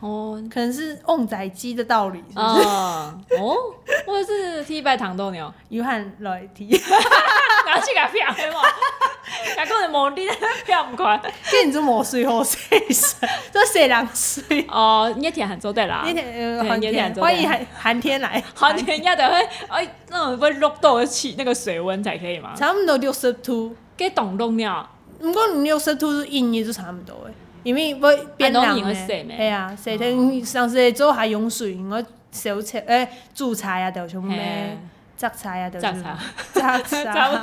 S1: 哦
S2: 可能是旺仔鸡的道理，是不是？
S1: 哦 哦，我是踢拜糖豆鸟，
S2: 有汉来提，跟
S1: 拿去给骗 的嘛，甲讲人无你 骗唔快。
S2: 你做无水好洗水，做洗人水。
S1: 哦，你一听很做对啦
S2: 那。天呃
S1: 对
S2: 寒
S1: 那天
S2: 天，
S1: 做
S2: 欢迎
S1: 的
S2: 寒寒天来，
S1: 好，你人家得会哎，那种会落豆的气那个水温才可以嘛。
S2: 差不多六十度，
S1: 给懂冻鸟，
S2: 不过六十度是阴日就差不多诶，因为会变
S1: 啊
S2: 冷
S1: 容易会
S2: 的
S1: 洗咩
S2: 嘿啊，洗天上次做下用水，我烧菜诶煮菜啊，就全部咩
S1: 嘿。
S2: 榨菜啊，对不
S1: 榨
S2: 对
S1: 菜？差
S2: 榨
S1: 不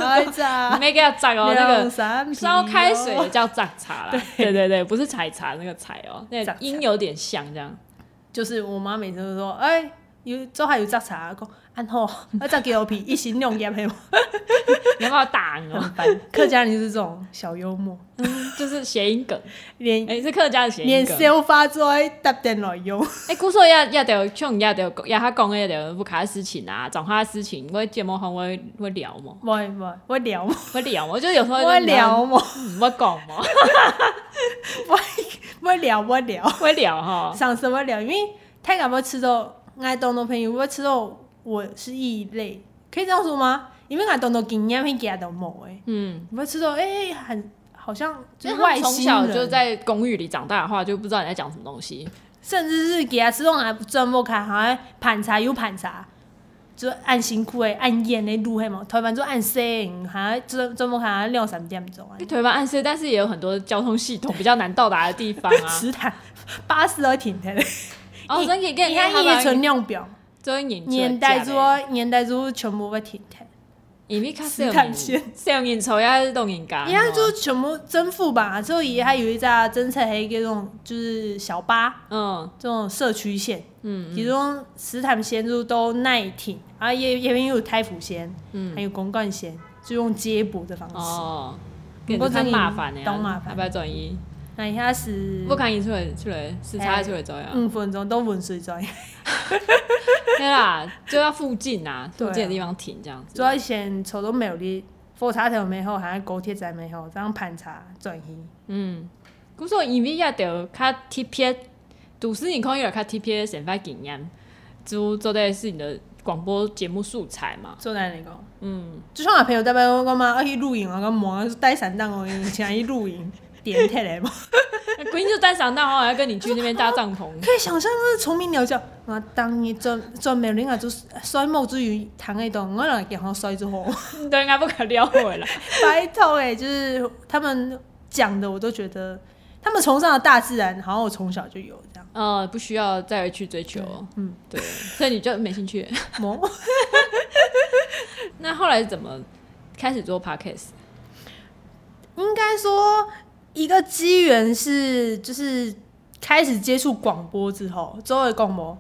S2: 菜，
S1: 多
S2: 榨
S1: 没给他炸哦，那个
S2: 啊
S1: 烧开水也
S2: 哦
S1: 叫榨 茶啦，对对对，不是采茶那个采哦，那
S2: 榨
S1: 个
S2: 茶
S1: 音有点像这样。
S2: 就是我妈每次都说，哎、有做下有榨茶，讲安好，啊榨给我皮，一心两眼没有。
S1: 你要不要打你哦？ 嗯
S2: 客家人就是这种小幽默，
S1: 就是谐音梗，
S2: 连、
S1: 哎，是客家的谐
S2: 连
S1: 音梗。
S2: 烧发做搭电来用，
S1: 哎，古说要要得像要得要他讲要得不卡的事情啊，讲话的事情，我节目红我会我会聊嘛，
S2: 我我我聊嘛，
S1: 我聊嘛，就有时候
S2: 我聊嘛，
S1: 嗯，我讲嘛，
S2: 我聊我聊，
S1: 我聊哈。
S2: 上次我聊，因为太感冒吃到爱东东朋友，我吃到我是异类，可以这样说吗？因为俺东东经验会给俺东某诶，
S1: 嗯，
S2: 我吃到哎、很好像
S1: 就
S2: 就是
S1: 他
S2: 是
S1: 们
S2: 外
S1: 从
S2: 星人
S1: 小就在公寓里长大的话，就不知道你在讲什么东西。
S2: 甚至是给他吃种还专门看，好像盘查又盘查，就按辛苦的按烟的路黑嘛，台湾就按声，好像专专门看好像两三点钟啊
S1: 推翻暗示，但是也有很多交通系统比较难到达的地方啊。
S2: 食堂巴士都停的，
S1: 哦，真可以跟
S2: 你
S1: 你
S2: 看
S1: 看
S2: 一存量表，
S1: 就年
S2: 年代桌年代桌全部会停的，
S1: 因为较
S2: 斯坦线
S1: 少年丑也动人家，
S2: 你看就全部征服吧，之后也还有一家侦测黑个这种就是小巴
S1: 嗯
S2: 这种社区线，
S1: 嗯
S2: 其中石潭线就都耐挺，然后也也也有太府线。还
S1: 嗯
S2: 有公干线，就用接驳的方式。
S1: 哦，给你看麻烦的呀，
S2: 不过这个人懂麻烦
S1: 要不要转移？
S2: 那一下是
S1: 不看伊出来出来视察出来走呀，
S2: 五分钟都温水转，
S1: 对啦，就要附近啊，
S2: 对
S1: 附
S2: 啊
S1: 近的地方停这样
S2: 主
S1: 子。
S2: 要以前抽都没有哩，火车头没好，还有高铁站没好，这样盘查转移。
S1: 嗯，古说因为也得较贴片，都市你看有较贴片先发经验，就做的是你的广播节目素材嘛。
S2: 做哪里讲？
S1: 嗯，
S2: 就像我朋友代表我讲嘛，要去露营，我讲忙，带散弹我请他去露营，点铁来嘛。
S1: 那鬼就单想到好像跟你去那边搭帐篷，
S2: 可以想象那是虫鸣鸟叫，我当伊转转没有，我啊就甩毛之鱼躺喺度，我两个给他甩之后，
S1: 对，应该不可撩回 来。
S2: 白头哎、就是他们讲的，我都觉得他们崇尚的大自然，好像我从小就有这样。
S1: 呃，不需要再去追求，哦
S2: 嗯，
S1: 对，所以你就没兴趣。
S2: 萌。
S1: 那后来怎么开始做 podcast？
S2: 应该说一个机缘是，就是开始接触广播之后，周围广播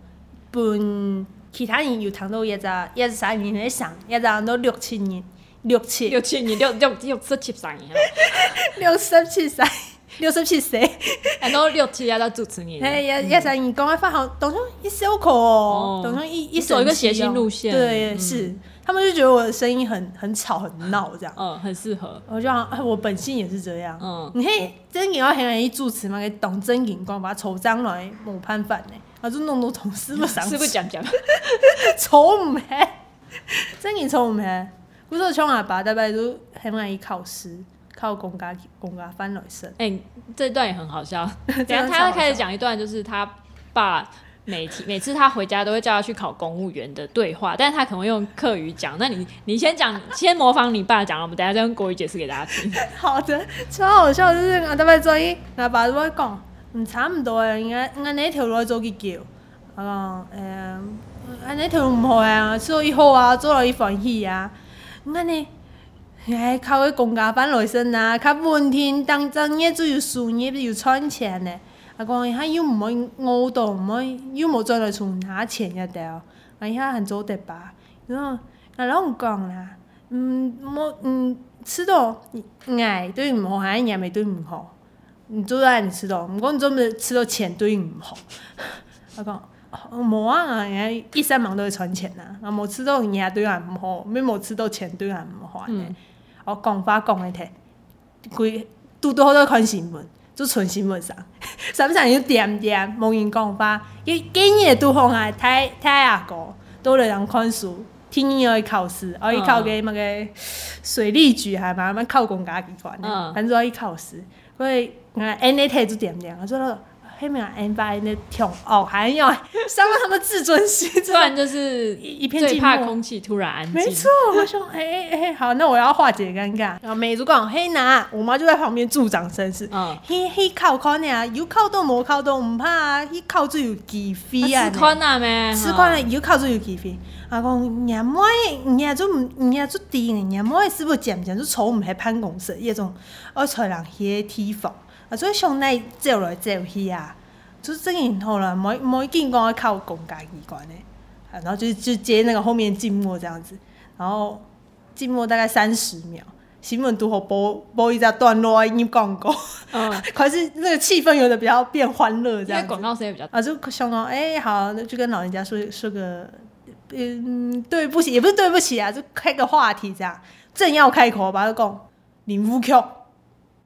S2: 本其他人有谈到一只一只啥人在上，一只人啊都六七年，六七
S1: 六七年六六六十七三年，
S2: 六十七岁，六十七岁，
S1: 然后六七压到主持 人，
S2: 哎呀，也是你刚才发好，董兄一小口哦
S1: 嗯哦，
S2: 董兄一一
S1: 你走一个
S2: 神奇
S1: 谐星
S2: 哦
S1: 路线
S2: 对，
S1: 嗯
S2: 是他们就觉得我的声音很很吵很闹这样，
S1: 嗯，很适合，
S2: 我就想，哎，我本性也是这样，
S1: 嗯，
S2: 你可以真给我很容易主持嘛，给董真荧光把他丑脏来某判饭呢，啊，就弄到同事不 上，
S1: 是 不讲讲，
S2: 丑唔嘿，真给丑唔嘿，古时像阿爸大概都很容易考试，靠公家公家翻来身。
S1: 哎、这段也很好 笑。等一下
S2: 段
S1: 他
S2: 超好
S1: 会开始讲一段，就是他爸每天每次他回家都会叫他去考公务员的对话，但是他可能会用客语讲。那你你先讲，先模仿你爸讲，我们等一下再用国语解释给大家听。
S2: 好的，超好笑，就是阿特伯做伊，阿爸都讲，嗯，差唔多诶，我我哪条路做去叫，我讲，诶、安尼条路唔好啊，做伊好啊，做落伊欢喜啊，我呢，哎，靠个公家班来身啊，较文天当真业就有事业就有赚钱呢。啊，讲伊遐又唔可以熬到，唔可以又冇赚来存下钱一条，啊，伊遐很做得吧，然后，啊，拢讲啦。嗯，我嗯吃到矮对唔好，还是眼眉对唔好，你做爱你吃到，唔讲你做咩吃到钱对唔好。我讲哦冇啊，人家一三忙都会存钱呐，啊冇吃到眼对眼唔好，咩冇吃到钱对眼唔好呢。我讲法讲嘅听，佢拄到好多看新闻，就存新闻上， 上上要点点冇人讲法，伊今日拄好啊，太太阿哥都来人看书。听伊去考试，哦，伊考个那个水利局还蛮蛮考公家机关的，
S1: 嗯
S2: 反正伊考试，所以啊，N A T 就点点，我说了，黑面 N 八 N 的挺哦，还要伤了他们自尊心，
S1: 突然就是
S2: 一一片
S1: 最
S2: 静
S1: 怕
S2: 默
S1: 空气突然安静，
S2: 没错，我说，哎哎哎，好，那我要化解尴尬。然后美主管嘿拿，我妈就在旁边助长声势。
S1: 嗯，
S2: 嘿嘿靠靠你啊，有靠都无靠都唔怕啊，伊靠最有机
S1: 啊
S2: 会啊。
S1: 吃宽啊咩？
S2: 吃惯了有靠最有机会。啊，讲伢妹，伢就伢就低呢，伢妹是不是渐渐就丑唔系潘公社迄种，而找人迄个地方，啊，所以上来走来走去啊，就是这个然后啦，每每见讲要靠公家机关的，啊，然后就就接那个后面静默这样子，然后静默大概三十秒。新闻读好播播一下段落啊，已经广告，
S1: 嗯，
S2: 可是那个气氛有的比较变欢乐哦这
S1: 因
S2: 样
S1: 为
S2: 子。
S1: 广告声音比较大，
S2: 啊，就想讲，哎、好，那就跟老人家说说个，嗯，对不起，也不是对不起啊，就开个话题这样。正要开口吧，就讲林富强，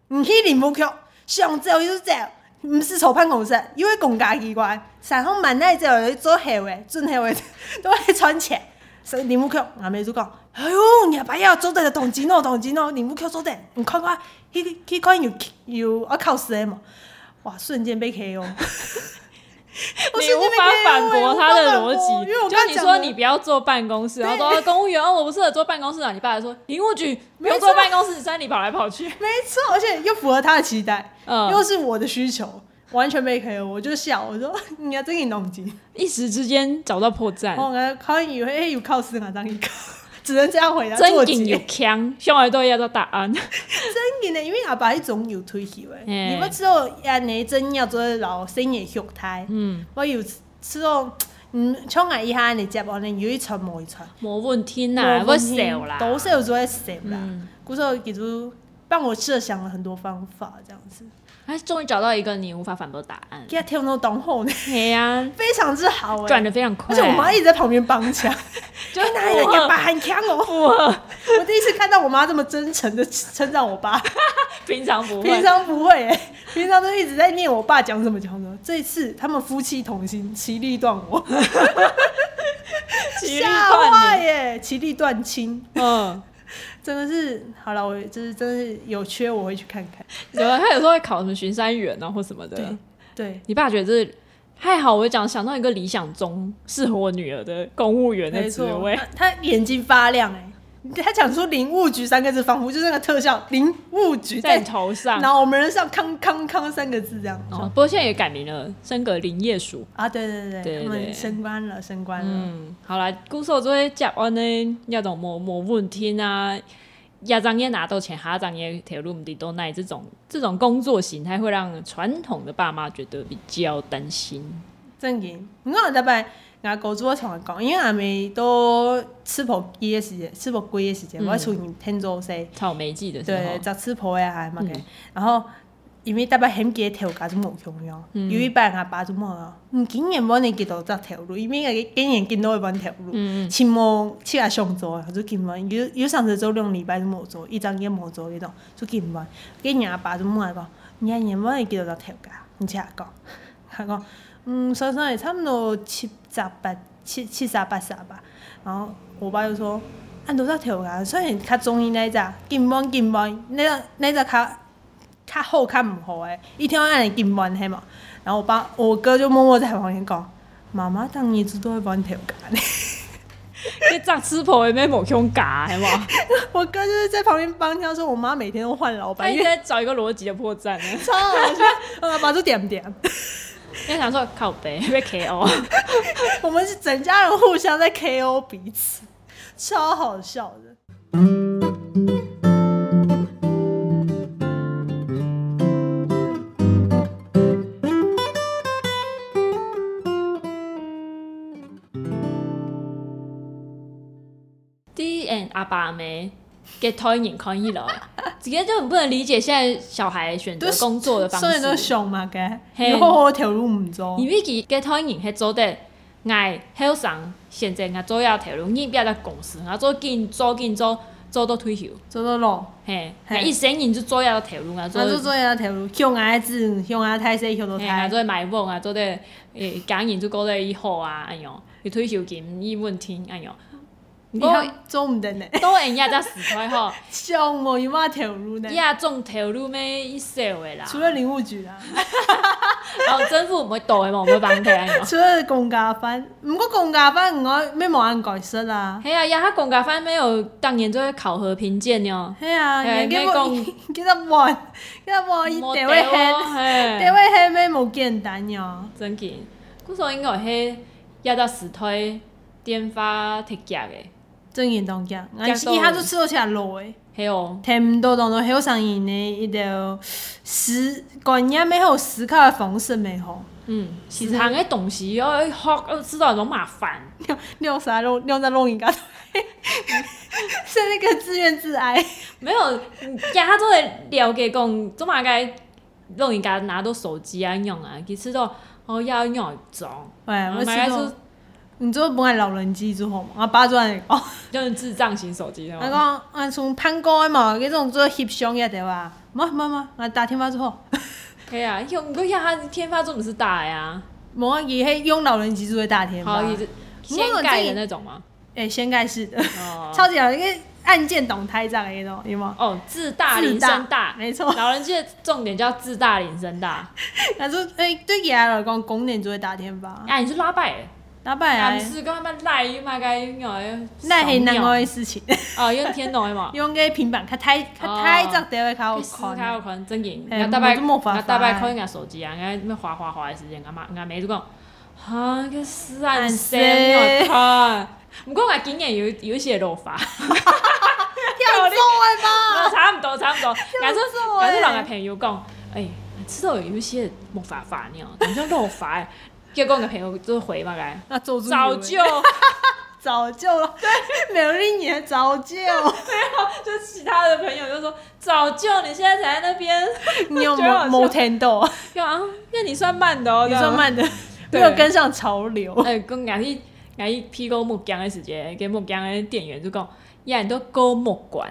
S2: 唔去林富强，想走就走，唔是筹办公室，因为公家机关，上方蛮耐走就做黑位，准黑位都会存钱。所以林富强阿妹就讲，哎哟，你爸要做得动钱哦，动钱哦，林富强做得，你看看，去去看有有啊靠死的嘛，哇，瞬间被 KO。我
S1: 你
S2: 瞬
S1: 无
S2: 间被
S1: 法反
S2: KO 我
S1: 驳
S2: 无
S1: 他
S2: 法
S1: 的
S2: 反
S1: 逻
S2: 驳
S1: 辑
S2: 因为我。
S1: 就
S2: 刚
S1: 你
S2: 讲
S1: 说
S2: 的
S1: 你不要坐办公室，然后都要公务员哦，我不适合坐办公室啊。你爸说林务局不
S2: 没
S1: 用
S2: 错
S1: 坐办公室，山里跑来跑去。
S2: 没错，而且又符合他的期待，
S1: 嗯
S2: 又是我的需求，完全被 KO，我就笑，我说你要真给你弄急，
S1: 一时之间找到破绽
S2: 然，后哦我考以为哎有靠死啊，当一个， 只能这样回答
S1: 真
S2: 做
S1: 紧有
S2: 结。
S1: 强，向来都要到答案。
S2: 真紧的，因为阿爸一种有推起喂，
S1: 嘿
S2: 你不知道安尼真要做老生的虐胎，
S1: 嗯，
S2: 我有知道，嗯，像阿姨下你接安尼有一层无一层，
S1: 没问题呐，我笑啦，
S2: 都是有做少啦，
S1: 嗯，
S2: 故说给出帮我设想了很多方法这样子，
S1: 他哎终于找到一个你无法反驳的答 案。
S2: 给他听到懂后呢，
S1: 嘿呀，
S2: 非常之好哎，
S1: 转的非常
S2: 而
S1: 快，
S2: 且我妈一直在旁边帮腔，
S1: 就
S2: 哎，哪里人
S1: 我
S2: 家爸很强哦！我第一次看到我妈这么真诚的称赞我爸，
S1: 平常不
S2: 平
S1: 会。
S2: 常不会、欸，平常都一直在念我爸讲什么讲什么。这一次他们夫妻同心，其利断我，
S1: 其利
S2: 吓
S1: 断
S2: 坏耶，其利断亲，
S1: 嗯，
S2: 真的是好了，我就是真的是有缺我会去看看。
S1: 有啊他有时候会考什么巡山员啊或什么的
S2: 对。对，
S1: 你爸觉得这太好，我讲想到一个理想中适合我女儿的公务员的
S2: 没
S1: 职
S2: 错
S1: 位，，
S2: 他他眼睛发亮哎、他讲出“林务局”三个字，仿佛就是那个特效“林务局”
S1: 在
S2: 在
S1: 你头上。
S2: 脑门上“康康康”三个字这样。
S1: 哦，不过现在也改名了，升格林业署。
S2: 啊，对对对，
S1: 对
S2: 他
S1: 对
S2: 们升官了，升官了。
S1: 嗯，好啦，故说做为接安呢，要种无无问题啊。亚张也拿到钱，哈张也铁路的都奈这种这种工作形态会让传统的爸妈觉得比较担心。
S2: 正经，我有礼拜我狗主我同佢讲，因为阿妹都吃婆鸡的时间，吃婆龟的时间，
S1: 嗯
S2: 我喺厝里天做西，
S1: 草莓季的时
S2: 对，
S1: 候，
S2: 杂吃婆呀，还嘛嘅。然后因为大概很给跳噶种冇用样，有一班啊把种冇啊，唔竟然帮你见到只条路，因为个竟然见到一班条路，起码七下上做，就见完有有上次做两礼拜都冇做，一张也冇做嗰种，就见完，跟人阿爸种冇来讲，人人啊帮你见到只条噶，而且讲，佢讲，嗯，算算也差唔多七十八七七十八十吧，然后我爸就说。啊按多少条噶？虽然较中意那一只，金榜金榜，那只那只较较好较毋好诶，伊听安尼金弯嘿嘛，然后我爸我哥就默默在旁边讲，妈妈当年子都会弯条杆，
S1: 这炸吃婆也没某胸嘎，好不 好？
S2: 我哥就是在旁边帮他说，我妈每天都换老
S1: 他
S2: 板，
S1: 一
S2: 因
S1: 直
S2: 为
S1: 在找一个逻辑的破绽啊 呢。
S2: 超好笑，我爸就点点，
S1: 因为想说靠北被
S2: 哦
S1: KO，
S2: 我们是整家人互相在 KO 彼此，超好笑的。
S1: 第一眼阿爸没给讨厌看一了，直接就很不能理解现在小孩选择
S2: 对
S1: 工作的方
S2: 所以都
S1: 式。
S2: 熊嘛，该
S1: 嘿
S2: 以后我条路唔做
S1: 你，为给给讨厌还做得爱后生，现在我做要投入，你不要在公司，我做紧做紧做做到退休，
S2: 做到老，
S1: 嘿，
S2: 嘿
S1: 一生人就做要投入啊，做
S2: 那就做那条路，向阿子，向阿太岁，向到
S1: 嘿啊，
S2: 太，
S1: 做买房啊，做得诶，工人做高得以后啊，哎哟，有退休金，伊问天，哎哟，不
S2: 你
S1: 过
S2: 看做唔得呢， 哦
S1: 都人家在死开吼，
S2: 熊冇有嘛条路呢
S1: 伊。也总投入咩一少的啦，
S2: 除了林务局啦，
S1: 然后政府唔会倒的嘛，唔会帮替哎哟。
S2: 除了公家班，毋过公家班我咩冇人解释啦。
S1: 嘿啊，呀，他公家反正没有当年做考核评鉴呢，
S2: 嘿啊，
S1: 嘿
S2: 人家
S1: 咩
S2: 冇， 记得换，记得换，伊
S1: 没
S2: 地位
S1: 到
S2: 黑，
S1: 嘿
S2: 地位黑咩冇简单呀。
S1: 真紧，古时候应该迄也到死推研发特价的，
S2: 真言当家，哎俺
S1: 假
S2: 是
S1: 都
S2: 伊下都吃到下路诶，
S1: 还有
S2: 听唔到当中好上瘾呢，伊条思观念咩好，思考的方式咩好，
S1: 嗯，食堂的东西要要学，要知道拢麻烦。
S2: 你用啥弄，你用在弄人家， 是那个自怨自艾。
S1: 没有，加他做的了解讲，做嘛该让人家拿到手机啊用啊，其实都哦要用种，
S2: 哎，我
S1: 大概
S2: 知道
S1: 是。
S2: 你做不爱老人机之后嘛，我爸做安哦尼讲，
S1: 用智障型手机那
S2: 我
S1: 种。
S2: 讲俺啊从攀高的嘛，迄种做翕相也对吧？没没没，俺打电话之后，
S1: 对啊，用过下他天发这种是大呀，
S2: 无啊，伊迄用老人机就会打电话
S1: 好，，也是掀盖的那种嘛。
S2: 诶、掀盖式的，
S1: 哦
S2: 超级老，因为按键懂台长的那种，有吗？
S1: 哦，自大
S2: 自
S1: 铃声大，
S2: 没错。
S1: 老人家的重点叫自大铃声大。
S2: 俺说，诶、对伊来讲，公年就会打电话，
S1: 啊，你是拉拜的，
S2: 打败
S1: 啊，
S2: 啊
S1: 不，是跟他们赖又嘛该用的
S2: 那很难
S1: 哦
S2: 的事情，
S1: 用天龙的嘛。
S2: 用个平板较太较太长电话较
S1: 去思
S2: 好
S1: 考
S2: 看。
S1: 有可能真硬，
S2: 嘿
S1: 人家大概
S2: 我就没办法
S1: 人家大概看人家手机啊，人家那滑滑滑的时间，人家妈人家妹就讲，哈，个是啊，
S2: 按
S1: 死
S2: 死
S1: 我靠！不过我今年有有一些落发，
S2: 要做的 吧？
S1: 差不多差 不多。但是
S2: 做
S1: 但是
S2: 欸
S1: 人家朋友讲，哎，知道有一些没发发呢，你像落发的，结果我朋友就回嘛来，
S2: 那做出
S1: 早
S2: 以为
S1: 就
S2: 早就 了，对，美丽年早 就，
S1: 就其他的朋友就说早就你现在才在那边，
S2: 你有
S1: 觉得好
S2: 没
S1: 笑
S2: 没听到？
S1: 啊，那你算慢的哦，
S2: 你
S1: 这样
S2: 说慢的，哦 没
S1: 对
S2: 有跟上潮流。
S1: 哎，讲硬去硬去批购木姜的时间，给木姜的店员就讲，呀，你都勾木管，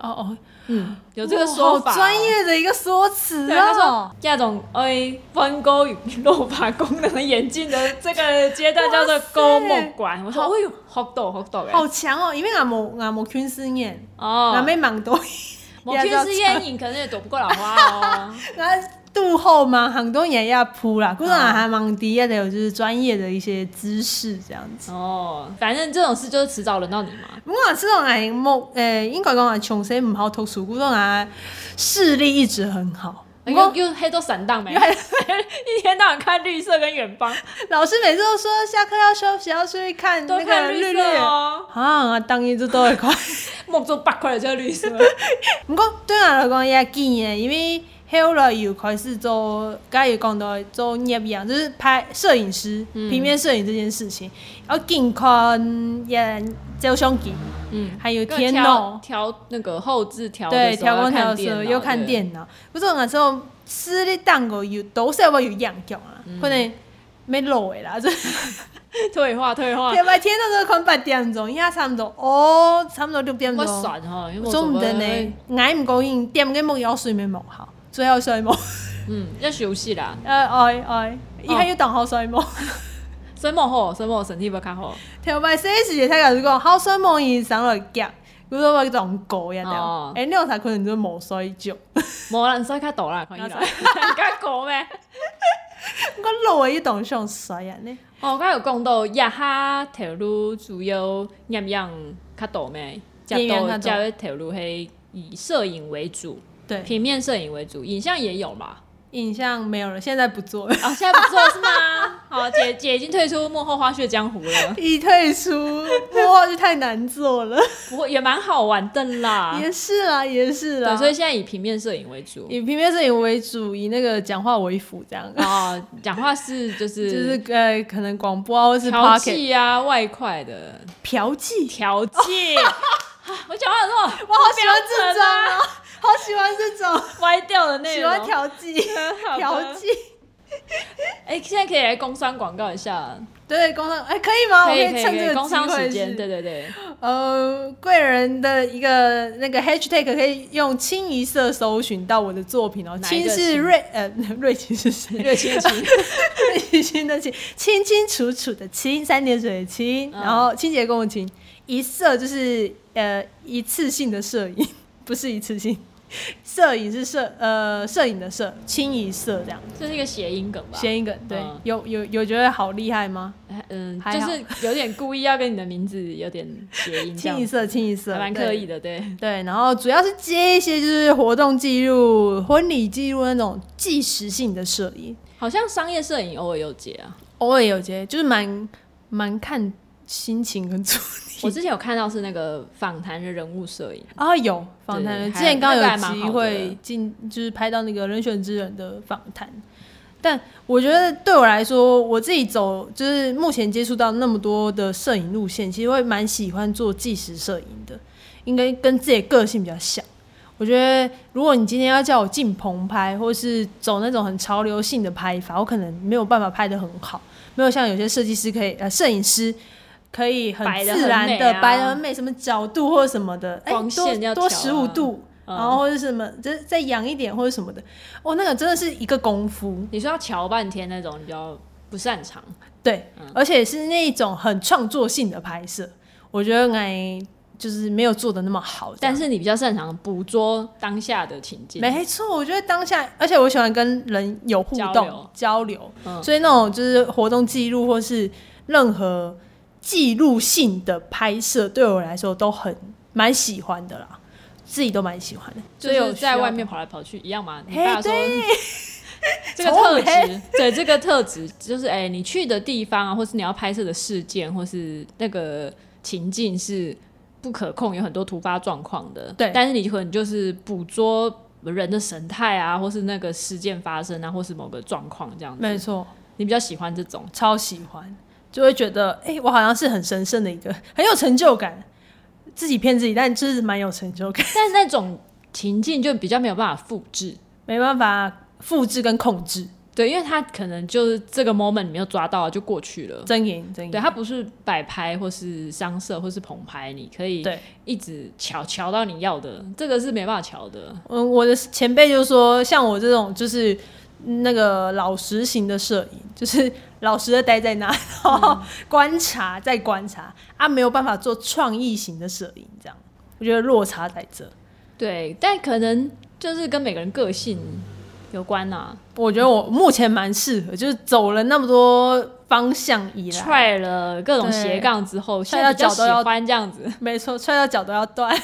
S2: 哦哦，
S1: 嗯，有这个说法、
S2: 哇好专。业哦的一个说辞
S1: 对，他
S2: 哦
S1: 说。亚种哎，分沟与落发功能的演进的这个阶段叫做勾木 管。我说，哎呦，好抖好抖哎！
S2: 好强哦，因为俺某俺某军事念，俺
S1: 哦，
S2: 没蛮多，
S1: 某天是烟瘾，可能也躲不过老花 哦。
S2: 俺肚后嘛，很多人要扑啦，故是
S1: 啊
S2: 俺还蛮低的，有就是专业的一些知识这样子。
S1: 哦，反正这种事就是迟早轮到你嘛。
S2: 不过俺知道俺某诶，应该讲俺穷生唔好读书，故是俺视力一直很好。 不过
S1: 又又黑都散荡没， 一天到晚看绿色跟远 方，
S2: 老师每次都说下课要休息，要出去看
S1: 都
S2: 那个
S1: 看
S2: 绿
S1: 绿
S2: 绿
S1: 色。哦。
S2: 啊，当一直都会看。
S1: 梦中八块的叫绿色。
S2: 不过对我来讲也见诶，因为后来又开始做，刚才也讲到做业一样，就是拍摄影师、
S1: 嗯
S2: 平面摄影这件事情，要健康也照相机，
S1: 嗯，
S2: 还有
S1: 跟
S2: 电
S1: 调
S2: 脑，
S1: 调那个后置调的
S2: 对，
S1: 时候
S2: 调光
S1: 要
S2: 调
S1: 看
S2: 色
S1: 电脑
S2: 又看
S1: 对
S2: 电脑，不是那时候私立当个有多少要有样用啊，
S1: 嗯
S2: 可能没漏的啦，就是。
S1: 哦 退化退化，
S2: 礼拜天到时候看八点钟，因为差不多哦，差不多六点
S1: 我
S2: 钟。
S1: 算哈，因为我
S2: 中午
S1: 做
S2: 的
S1: 过
S2: 呢，，眼唔够用，点个梦要睡眠梦好，最好睡梦。
S1: 嗯，要休息啦。
S2: 呃，哎哎，伊还要当好睡
S1: 哦
S2: 梦。
S1: 所以莫好，所以我身体不较好。
S2: 礼拜四时也睇人讲好睡梦伊上来夹，佢都话当狗一
S1: 哦
S2: 样。哎，你有睇可能就冇睡 觉，
S1: 无人所以较大啦，可以 啦。较高咩？
S2: 我老的伊当上睡啊呢。
S1: 哦，我刚才有讲到亚哈铁路主要样样较大咩？较
S2: 样样
S1: 多，
S2: 较大
S1: 加铁路系以摄影为主，
S2: 对，
S1: 平面摄影为主，影像也有嘛。
S2: 印象没有了，现在不做 了，
S1: 哦，现在不错是吗？ 好，姐姐已经退出幕后花絮江湖了，
S2: 已退出，哇，就太难做了。
S1: 不过也蛮好玩的啦。
S2: 也是啊啦，也是啦。
S1: 啊对，所以现在以平面摄影为主。
S2: 以平面摄影为主，以那个讲话为辅，这样。
S1: 哦，讲话是就
S2: 就是是呃，可能广播啊或是
S1: 调
S2: pocket
S1: 剂啊，外快的
S2: 嫖妓，
S1: 调 剂。啊我讲话有什么
S2: 我好喜欢这种啊，好喜欢这种，
S1: 啊歪掉的内
S2: 喜
S1: 容？
S2: 欢调剂，
S1: 好的
S2: 调剂。
S1: 哎、现在可以来工商广告一下，
S2: 对，工商哎，可以吗？我
S1: 可以可以
S2: 趁
S1: 可
S2: 这
S1: 以，
S2: 个
S1: 工
S2: 机
S1: 商时
S2: 会
S1: 间，对
S2: 是，
S1: 对 对，
S2: 呃，贵人的一个那个 hashtag 可以用清一色搜寻到我的作品哦。
S1: 哪一
S2: 清
S1: 个
S2: 是
S1: 清
S2: 瑞呃， 瑞清是谁？
S1: 热情期，
S2: 清清的清，清清楚楚的清，三点水的清，
S1: 嗯
S2: 然后清洁工的清，一色就是呃一次性的摄影， 不是一次性，摄影是摄呃摄影的摄，清一色这样。
S1: 这是一个谐音梗吧？
S2: 先一个，对，
S1: 嗯
S2: 有有有觉得好厉害吗？
S1: 哎嗯，
S2: 还
S1: 就
S2: 好
S1: 是有点故意要跟你的名字有点谐 音，这
S2: 清
S1: 样
S2: 一色，清一色，
S1: 还蛮
S2: 对
S1: 刻意的，对。
S2: 对，然后主要是接一些就是活动记录、婚礼记录那种即时性的摄影，
S1: 好像商业摄影偶尔有接啊，
S2: 偶尔有接，就是蛮蛮看心情跟主题。
S1: 我之前有看到是那个访谈的人物摄影，
S2: 啊，有访谈
S1: 对
S2: 的，之
S1: 还
S2: 前刚
S1: 那个还
S2: 有
S1: 蛮
S2: 机
S1: 好
S2: 会
S1: 的
S2: 进，就是拍到那个《人选之人》的访谈。但我觉得对我来说，我自己走就是目前接触到那么多的摄影路线，其实会蛮喜欢做纪实摄影的，应该跟自己的个性比较像。我觉得如果你今天要叫我进棚拍，或是走那种很潮流性的拍法，我可能没有办法拍得很好，没有像有些设计师可以，呃，摄影师可以很
S1: 摆得
S2: 自
S1: 很
S2: 然
S1: 美
S2: 的
S1: 啊
S2: 摆得很美，什么角度或者什么的，哎、
S1: 光线要
S2: 多多
S1: 调啊
S2: 十五度，
S1: 嗯
S2: 然后或者什么，再再扬一点或者什么的，哦，那个真的是一个功夫，
S1: 你说要瞧半天那种，你比较不擅长。
S2: 对，
S1: 嗯
S2: 而且是那一种很创作性的拍摄，我觉得哎，就是没有做的那么好，
S1: 但。是你比较擅长捕捉当下的情境。
S2: 没错，我觉得当下，而且我喜欢跟人有互动
S1: 交流
S2: 交流
S1: 嗯
S2: 所以那种就是活动记录或是任何记录性的拍摄，对我来说都很蛮喜欢的啦，自己都蛮喜欢的。
S1: 就
S2: 所以有
S1: 是
S2: 需要
S1: 在外面跑来跑去一样嘛。你
S2: 嘿
S1: 爸说 这个
S2: 从
S1: 特质
S2: 没，
S1: 对这个特质，就是哎、你去的地方啊，或是你要拍摄的事件，或是那个情境是不可控，有很多突发状况的。
S2: 对
S1: 但是你可能就是捕捉人的神态啊，或是那个事件发生啊，或是某个状况这样
S2: 没
S1: 子。
S2: 错，
S1: 你比较喜欢这种，
S2: 超喜欢，就会觉得哎、诶我好像是很神圣的一个，很有成就感。自己骗自己，但就是蛮有成就感，
S1: 但是那种情境就比较没有办法复制。
S2: 没办法复制跟控制，
S1: 对，因为他可能就是这个 moment 你没有抓到就过去了。
S2: 真言真言。
S1: 对，它啊不是摆拍或是商社或是棚拍，你可以
S2: 对
S1: 一直瞧瞧到你要的，这个是没办法瞧的。
S2: 嗯，我的前辈就说，像我这种就是那个老实型的摄影，就是老实的待在那，然后 观察再观察，啊，没有办法做创意型的摄影，这样我觉得落差在这。
S1: 对，但可能就是跟每个人个性有关啊呐、
S2: 我觉得我目前蛮适合，就是走了那么多方向以来，
S1: 踹了各种
S2: 对
S1: 斜杠之后，现在
S2: 踹到
S1: 比较
S2: 脚
S1: 喜
S2: 都要
S1: 欢这样子，
S2: 没错，踹到脚都要 断。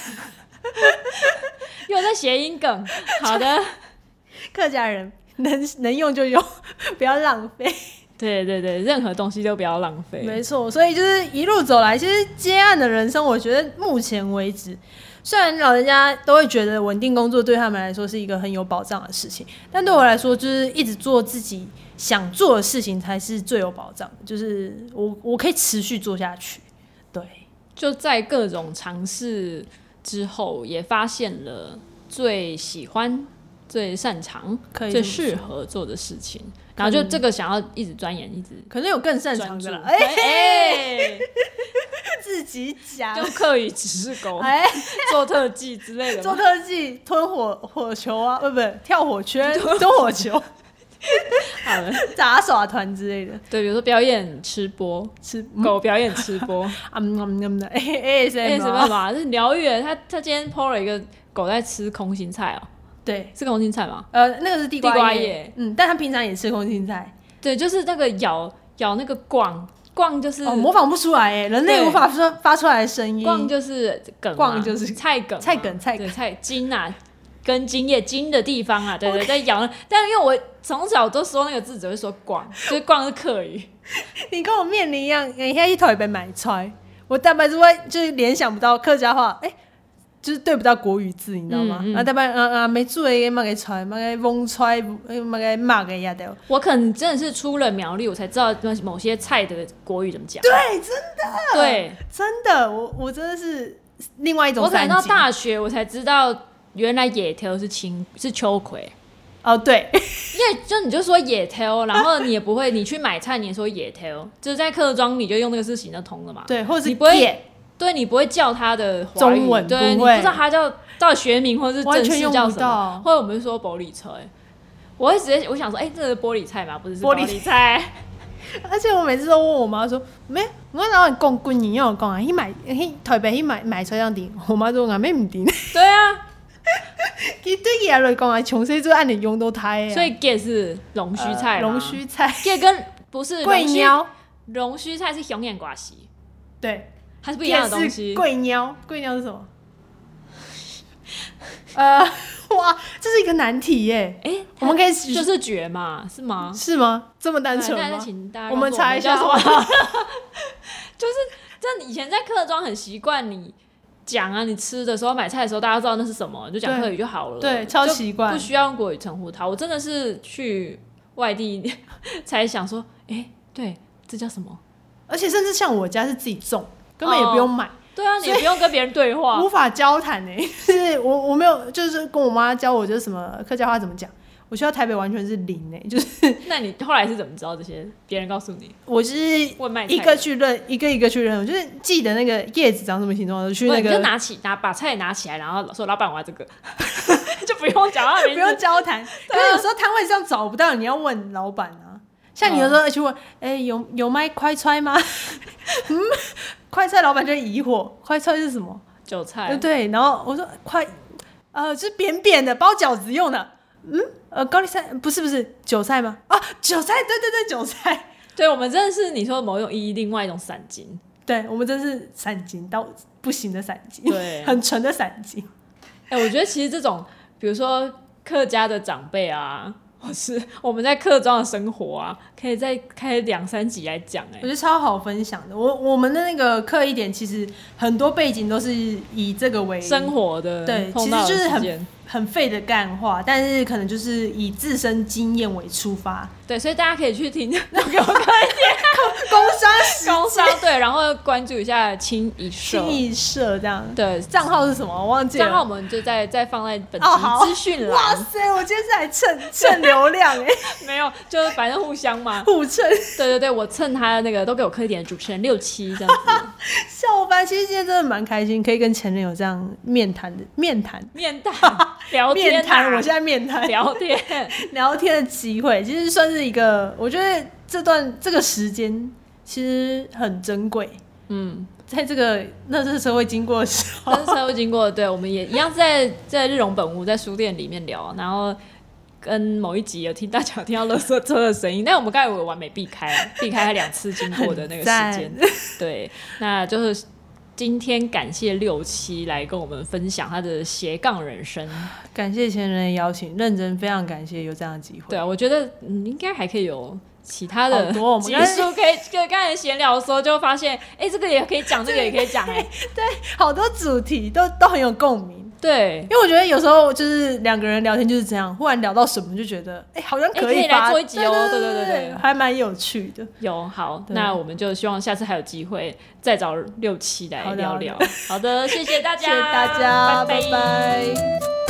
S1: 又在谐音梗。 好的，
S2: 客家人能能用就用，不要浪费。
S1: 对对对，任何东西都不要浪费。
S2: 没错，所以就是一路走来，其实接案的人生，我觉得目前为止，虽然老人家都会觉得稳定工作对他们来说是一个很有保障的事情，但对我来说，就是一直做自己想做的事情才是最有保障的，就是我我可以持续做下去。对，
S1: 就在各种尝试之后，也发现了最喜欢、最擅长、
S2: 可以这
S1: 最
S2: 么
S1: 适合做的事情，然后就这个想要一直钻研，一直
S2: 可能有更擅
S1: 专
S2: 长
S1: 注
S2: 的啦。。哎、
S1: 哎，
S2: 自己
S1: 就
S2: 讲，
S1: 课余只是狗
S2: 哎、
S1: 做特技之类的
S2: 做
S1: 吗，
S2: 特技、吞火火球啊，不不，跳火圈、 吞火球、
S1: 好了
S2: 杂耍团之类的，
S1: 对，比如说表演吃播，
S2: 吃
S1: 狗表演吃 播
S2: 啊嗯嗯嗯的 A S
S1: 哎，
S2: M
S1: 什么嘛？是疗愈的。他他今天 PO 了一个狗在吃空心菜哦，
S2: 对，
S1: 是空心菜吗？
S2: 呃，那个是地瓜
S1: 地瓜叶
S2: 嗯，但他平常也吃空心菜，
S1: 对，就是那个咬咬那个逛逛，就是
S2: 哦，模仿不出来哎，人类
S1: 对
S2: 无法说发出来的声音。
S1: 逛就是梗嘛，
S2: 嗯逛就是
S1: 菜梗嘛，
S2: 菜梗菜梗
S1: 对菜茎啊，根茎叶茎的地方啊，对对，在咬那。但因为我从小都说那个字，只会说 逛，所以逛是客语。
S2: 你跟我面临一样，你现在一头也被买菜，我大半是会就是联想不到客家话，哎、就是对不到国语字，你知道吗？
S1: 嗯嗯
S2: 啊，大半啊啊，没做诶，嘛给菜，嘛给翁菜，嘛给骂给呀的。哦
S1: 我可能真的是出了苗栗，我才知道某些菜的国语怎么讲。
S2: 对，真
S1: 对，
S2: 真的，我我真的是另外一种
S1: 我可能
S2: 三
S1: 到
S2: 级
S1: 大学我才知道，原来野条是青是秋葵。
S2: 哦，对，
S1: 因为就你就说野条，然后你也不会，你去买菜你也说野条，就是在客庄你就用那个字行得通了嘛。
S2: 对，或者是
S1: 你不会
S2: 点
S1: 对你不会叫他的华语
S2: 中文
S1: 对你
S2: 不
S1: 不
S2: 会
S1: 知道他叫到底学名或是
S2: 完
S1: 正
S2: 全
S1: 式
S2: 用
S1: 叫
S2: 不
S1: 什么，
S2: 到。
S1: 或者我们就说玻璃车、欸我会直接我想说，哎、这是玻璃菜吗？不是是
S2: 玻
S1: 玻
S2: 璃
S1: 璃 菜，
S2: 而且我每次都问我妈说，没，我老你讲滚，你要讲啊，去买去台北去买买菜样顶，我妈说我咩唔顶，
S1: 对啊，
S2: 伊对伊来讲啊，穷细做按你用都胎啊，呃
S1: 所以 get 是龙须菜吗，
S2: 龙须菜、
S1: get 跟不是
S2: 桂
S1: 龙须，
S2: 鸟，
S1: 龙须菜是熊眼瓜西，
S2: 对，
S1: 它是不一样的东
S2: 也
S1: 西
S2: 是。桂鸟，桂鸟是什么？呃，哇，这是一个难题耶，
S1: 哎、
S2: 我们可以
S1: 它就是绝嘛，是吗？
S2: 是吗？这么单纯
S1: 对那再
S2: 吗？
S1: 请大家
S2: 我们
S1: 告诉
S2: 查一下
S1: 叫什么
S2: 好不好？
S1: 就是这以前在客庄很习惯你讲啊，你吃的时候买菜的时候，大家知道那是什么，你就讲
S2: 对
S1: 客语就好了，
S2: 对超
S1: 就
S2: 习惯
S1: 不需要用国语称呼他。我真的是去外地 才想说，哎、对，这叫什么？
S2: 而且甚至像我家是自己种，根本也不用买。
S1: 对啊，你也不用跟别人对话
S2: 无，法交谈欸呢、 就是我我没有，就是跟我妈教我就是什么客家话怎么讲，我去到台北完全是零呢、就是
S1: 那你后来是怎么知道这些？别人告诉你
S2: 我就是
S1: 问卖菜
S2: 一
S1: 的
S2: 个。去认，一个一个去认，我就是记得那个叶子长什么形状，我就去
S1: 不
S2: 那
S1: 你就
S2: 个
S1: 拿起拿把菜拿起来，然后说老板我要这个， 就不用讲话，
S2: 不用交谈，可是有时候摊位上找不到，你要问老板啊。像你有时候去问，哎、有有卖快菜吗？ 嗯，快菜老板就会疑惑，快菜是什么？
S1: 韭
S2: 呃
S1: 菜，
S2: 对，然后我说快，呃，就是扁扁的包饺子用的，嗯，呃，高丽菜不是不是韭菜吗？啊，韭菜，对对对，韭菜，
S1: 对我们真的是你说某一种意义，另外一种散金，
S2: 对我们真是散金到不行的散金，
S1: 对
S2: 很纯的散金，
S1: 哎、我觉得其实这种，比如说客家的长辈啊， 或是我们在客庄的生活啊，可以再开两三集来讲、
S2: 我
S1: 哎，
S2: 觉得超好分享的。我我们的那个刻意点，其实很多背景都是以这个为
S1: 生活的
S2: 对
S1: 碰到的
S2: 其实就是很
S1: 事件
S2: 很废的干话，但是可能就是以自身经验为出 发，
S1: 对，所以大家可以去听那个
S2: 工 商时
S1: 工商对，然后关注一下清一社
S2: 清，一社这样。
S1: 对，
S2: 账号是什么？我忘记了。
S1: 账号我们就再再放在本集
S2: 哦好
S1: 资讯
S2: 哇
S1: 栏，
S2: 塞，我今天是来蹭蹭流量 哎、
S1: 没有，就是反正互相 嘛，
S2: 互蹭
S1: 对对对，我蹭他那个都给我磕一点主持人六七这样 子
S2: 校班。其实今天真的蛮开心，可以跟前任有这样面谈的面谈
S1: 面谈聊天
S2: 面
S1: 啊
S2: 谈，我现在面谈
S1: 聊天。
S2: 聊天的机会，其实算是一个，我觉得这段这个时间其实很珍贵。
S1: 嗯，
S2: 在这个那这社会经过的时候，
S1: 但是财务经过，对，我们也一样在在日荣本屋在书店里面聊，然后跟某一集有听大家有听到垃圾车的声音，但我们刚才有完美避开，避开两次经过的 那个
S2: 很赞
S1: 时间，对，那就是。今天感谢六七来跟我们分享他的斜杠人生，
S2: 感谢前人的邀请，认真非常感谢有这样的机会。
S1: 对啊，我觉得嗯应该还可以有其他的
S2: 好多我们
S1: 集
S2: 刚才
S1: 数可以，就刚才闲聊的时候就发现，哎、这个也可以讲，这个也可以讲，哎，
S2: 好多主题都都很有共鸣。
S1: 对，
S2: 因为我觉得有时候就是两个人聊天就是这样，忽然聊到什么就觉得，哎、好像
S1: 哎可以来
S2: 发
S1: 做一集哦对对对对
S2: 还蛮有趣的。
S1: 有好，
S2: 对
S1: 那我们就希望下次还有机会再找六七来
S2: 好的
S1: 聊
S2: 好的
S1: 聊。好的，谢谢大
S2: 谢
S1: 家，
S2: 谢大家，
S1: 拜
S2: 拜拜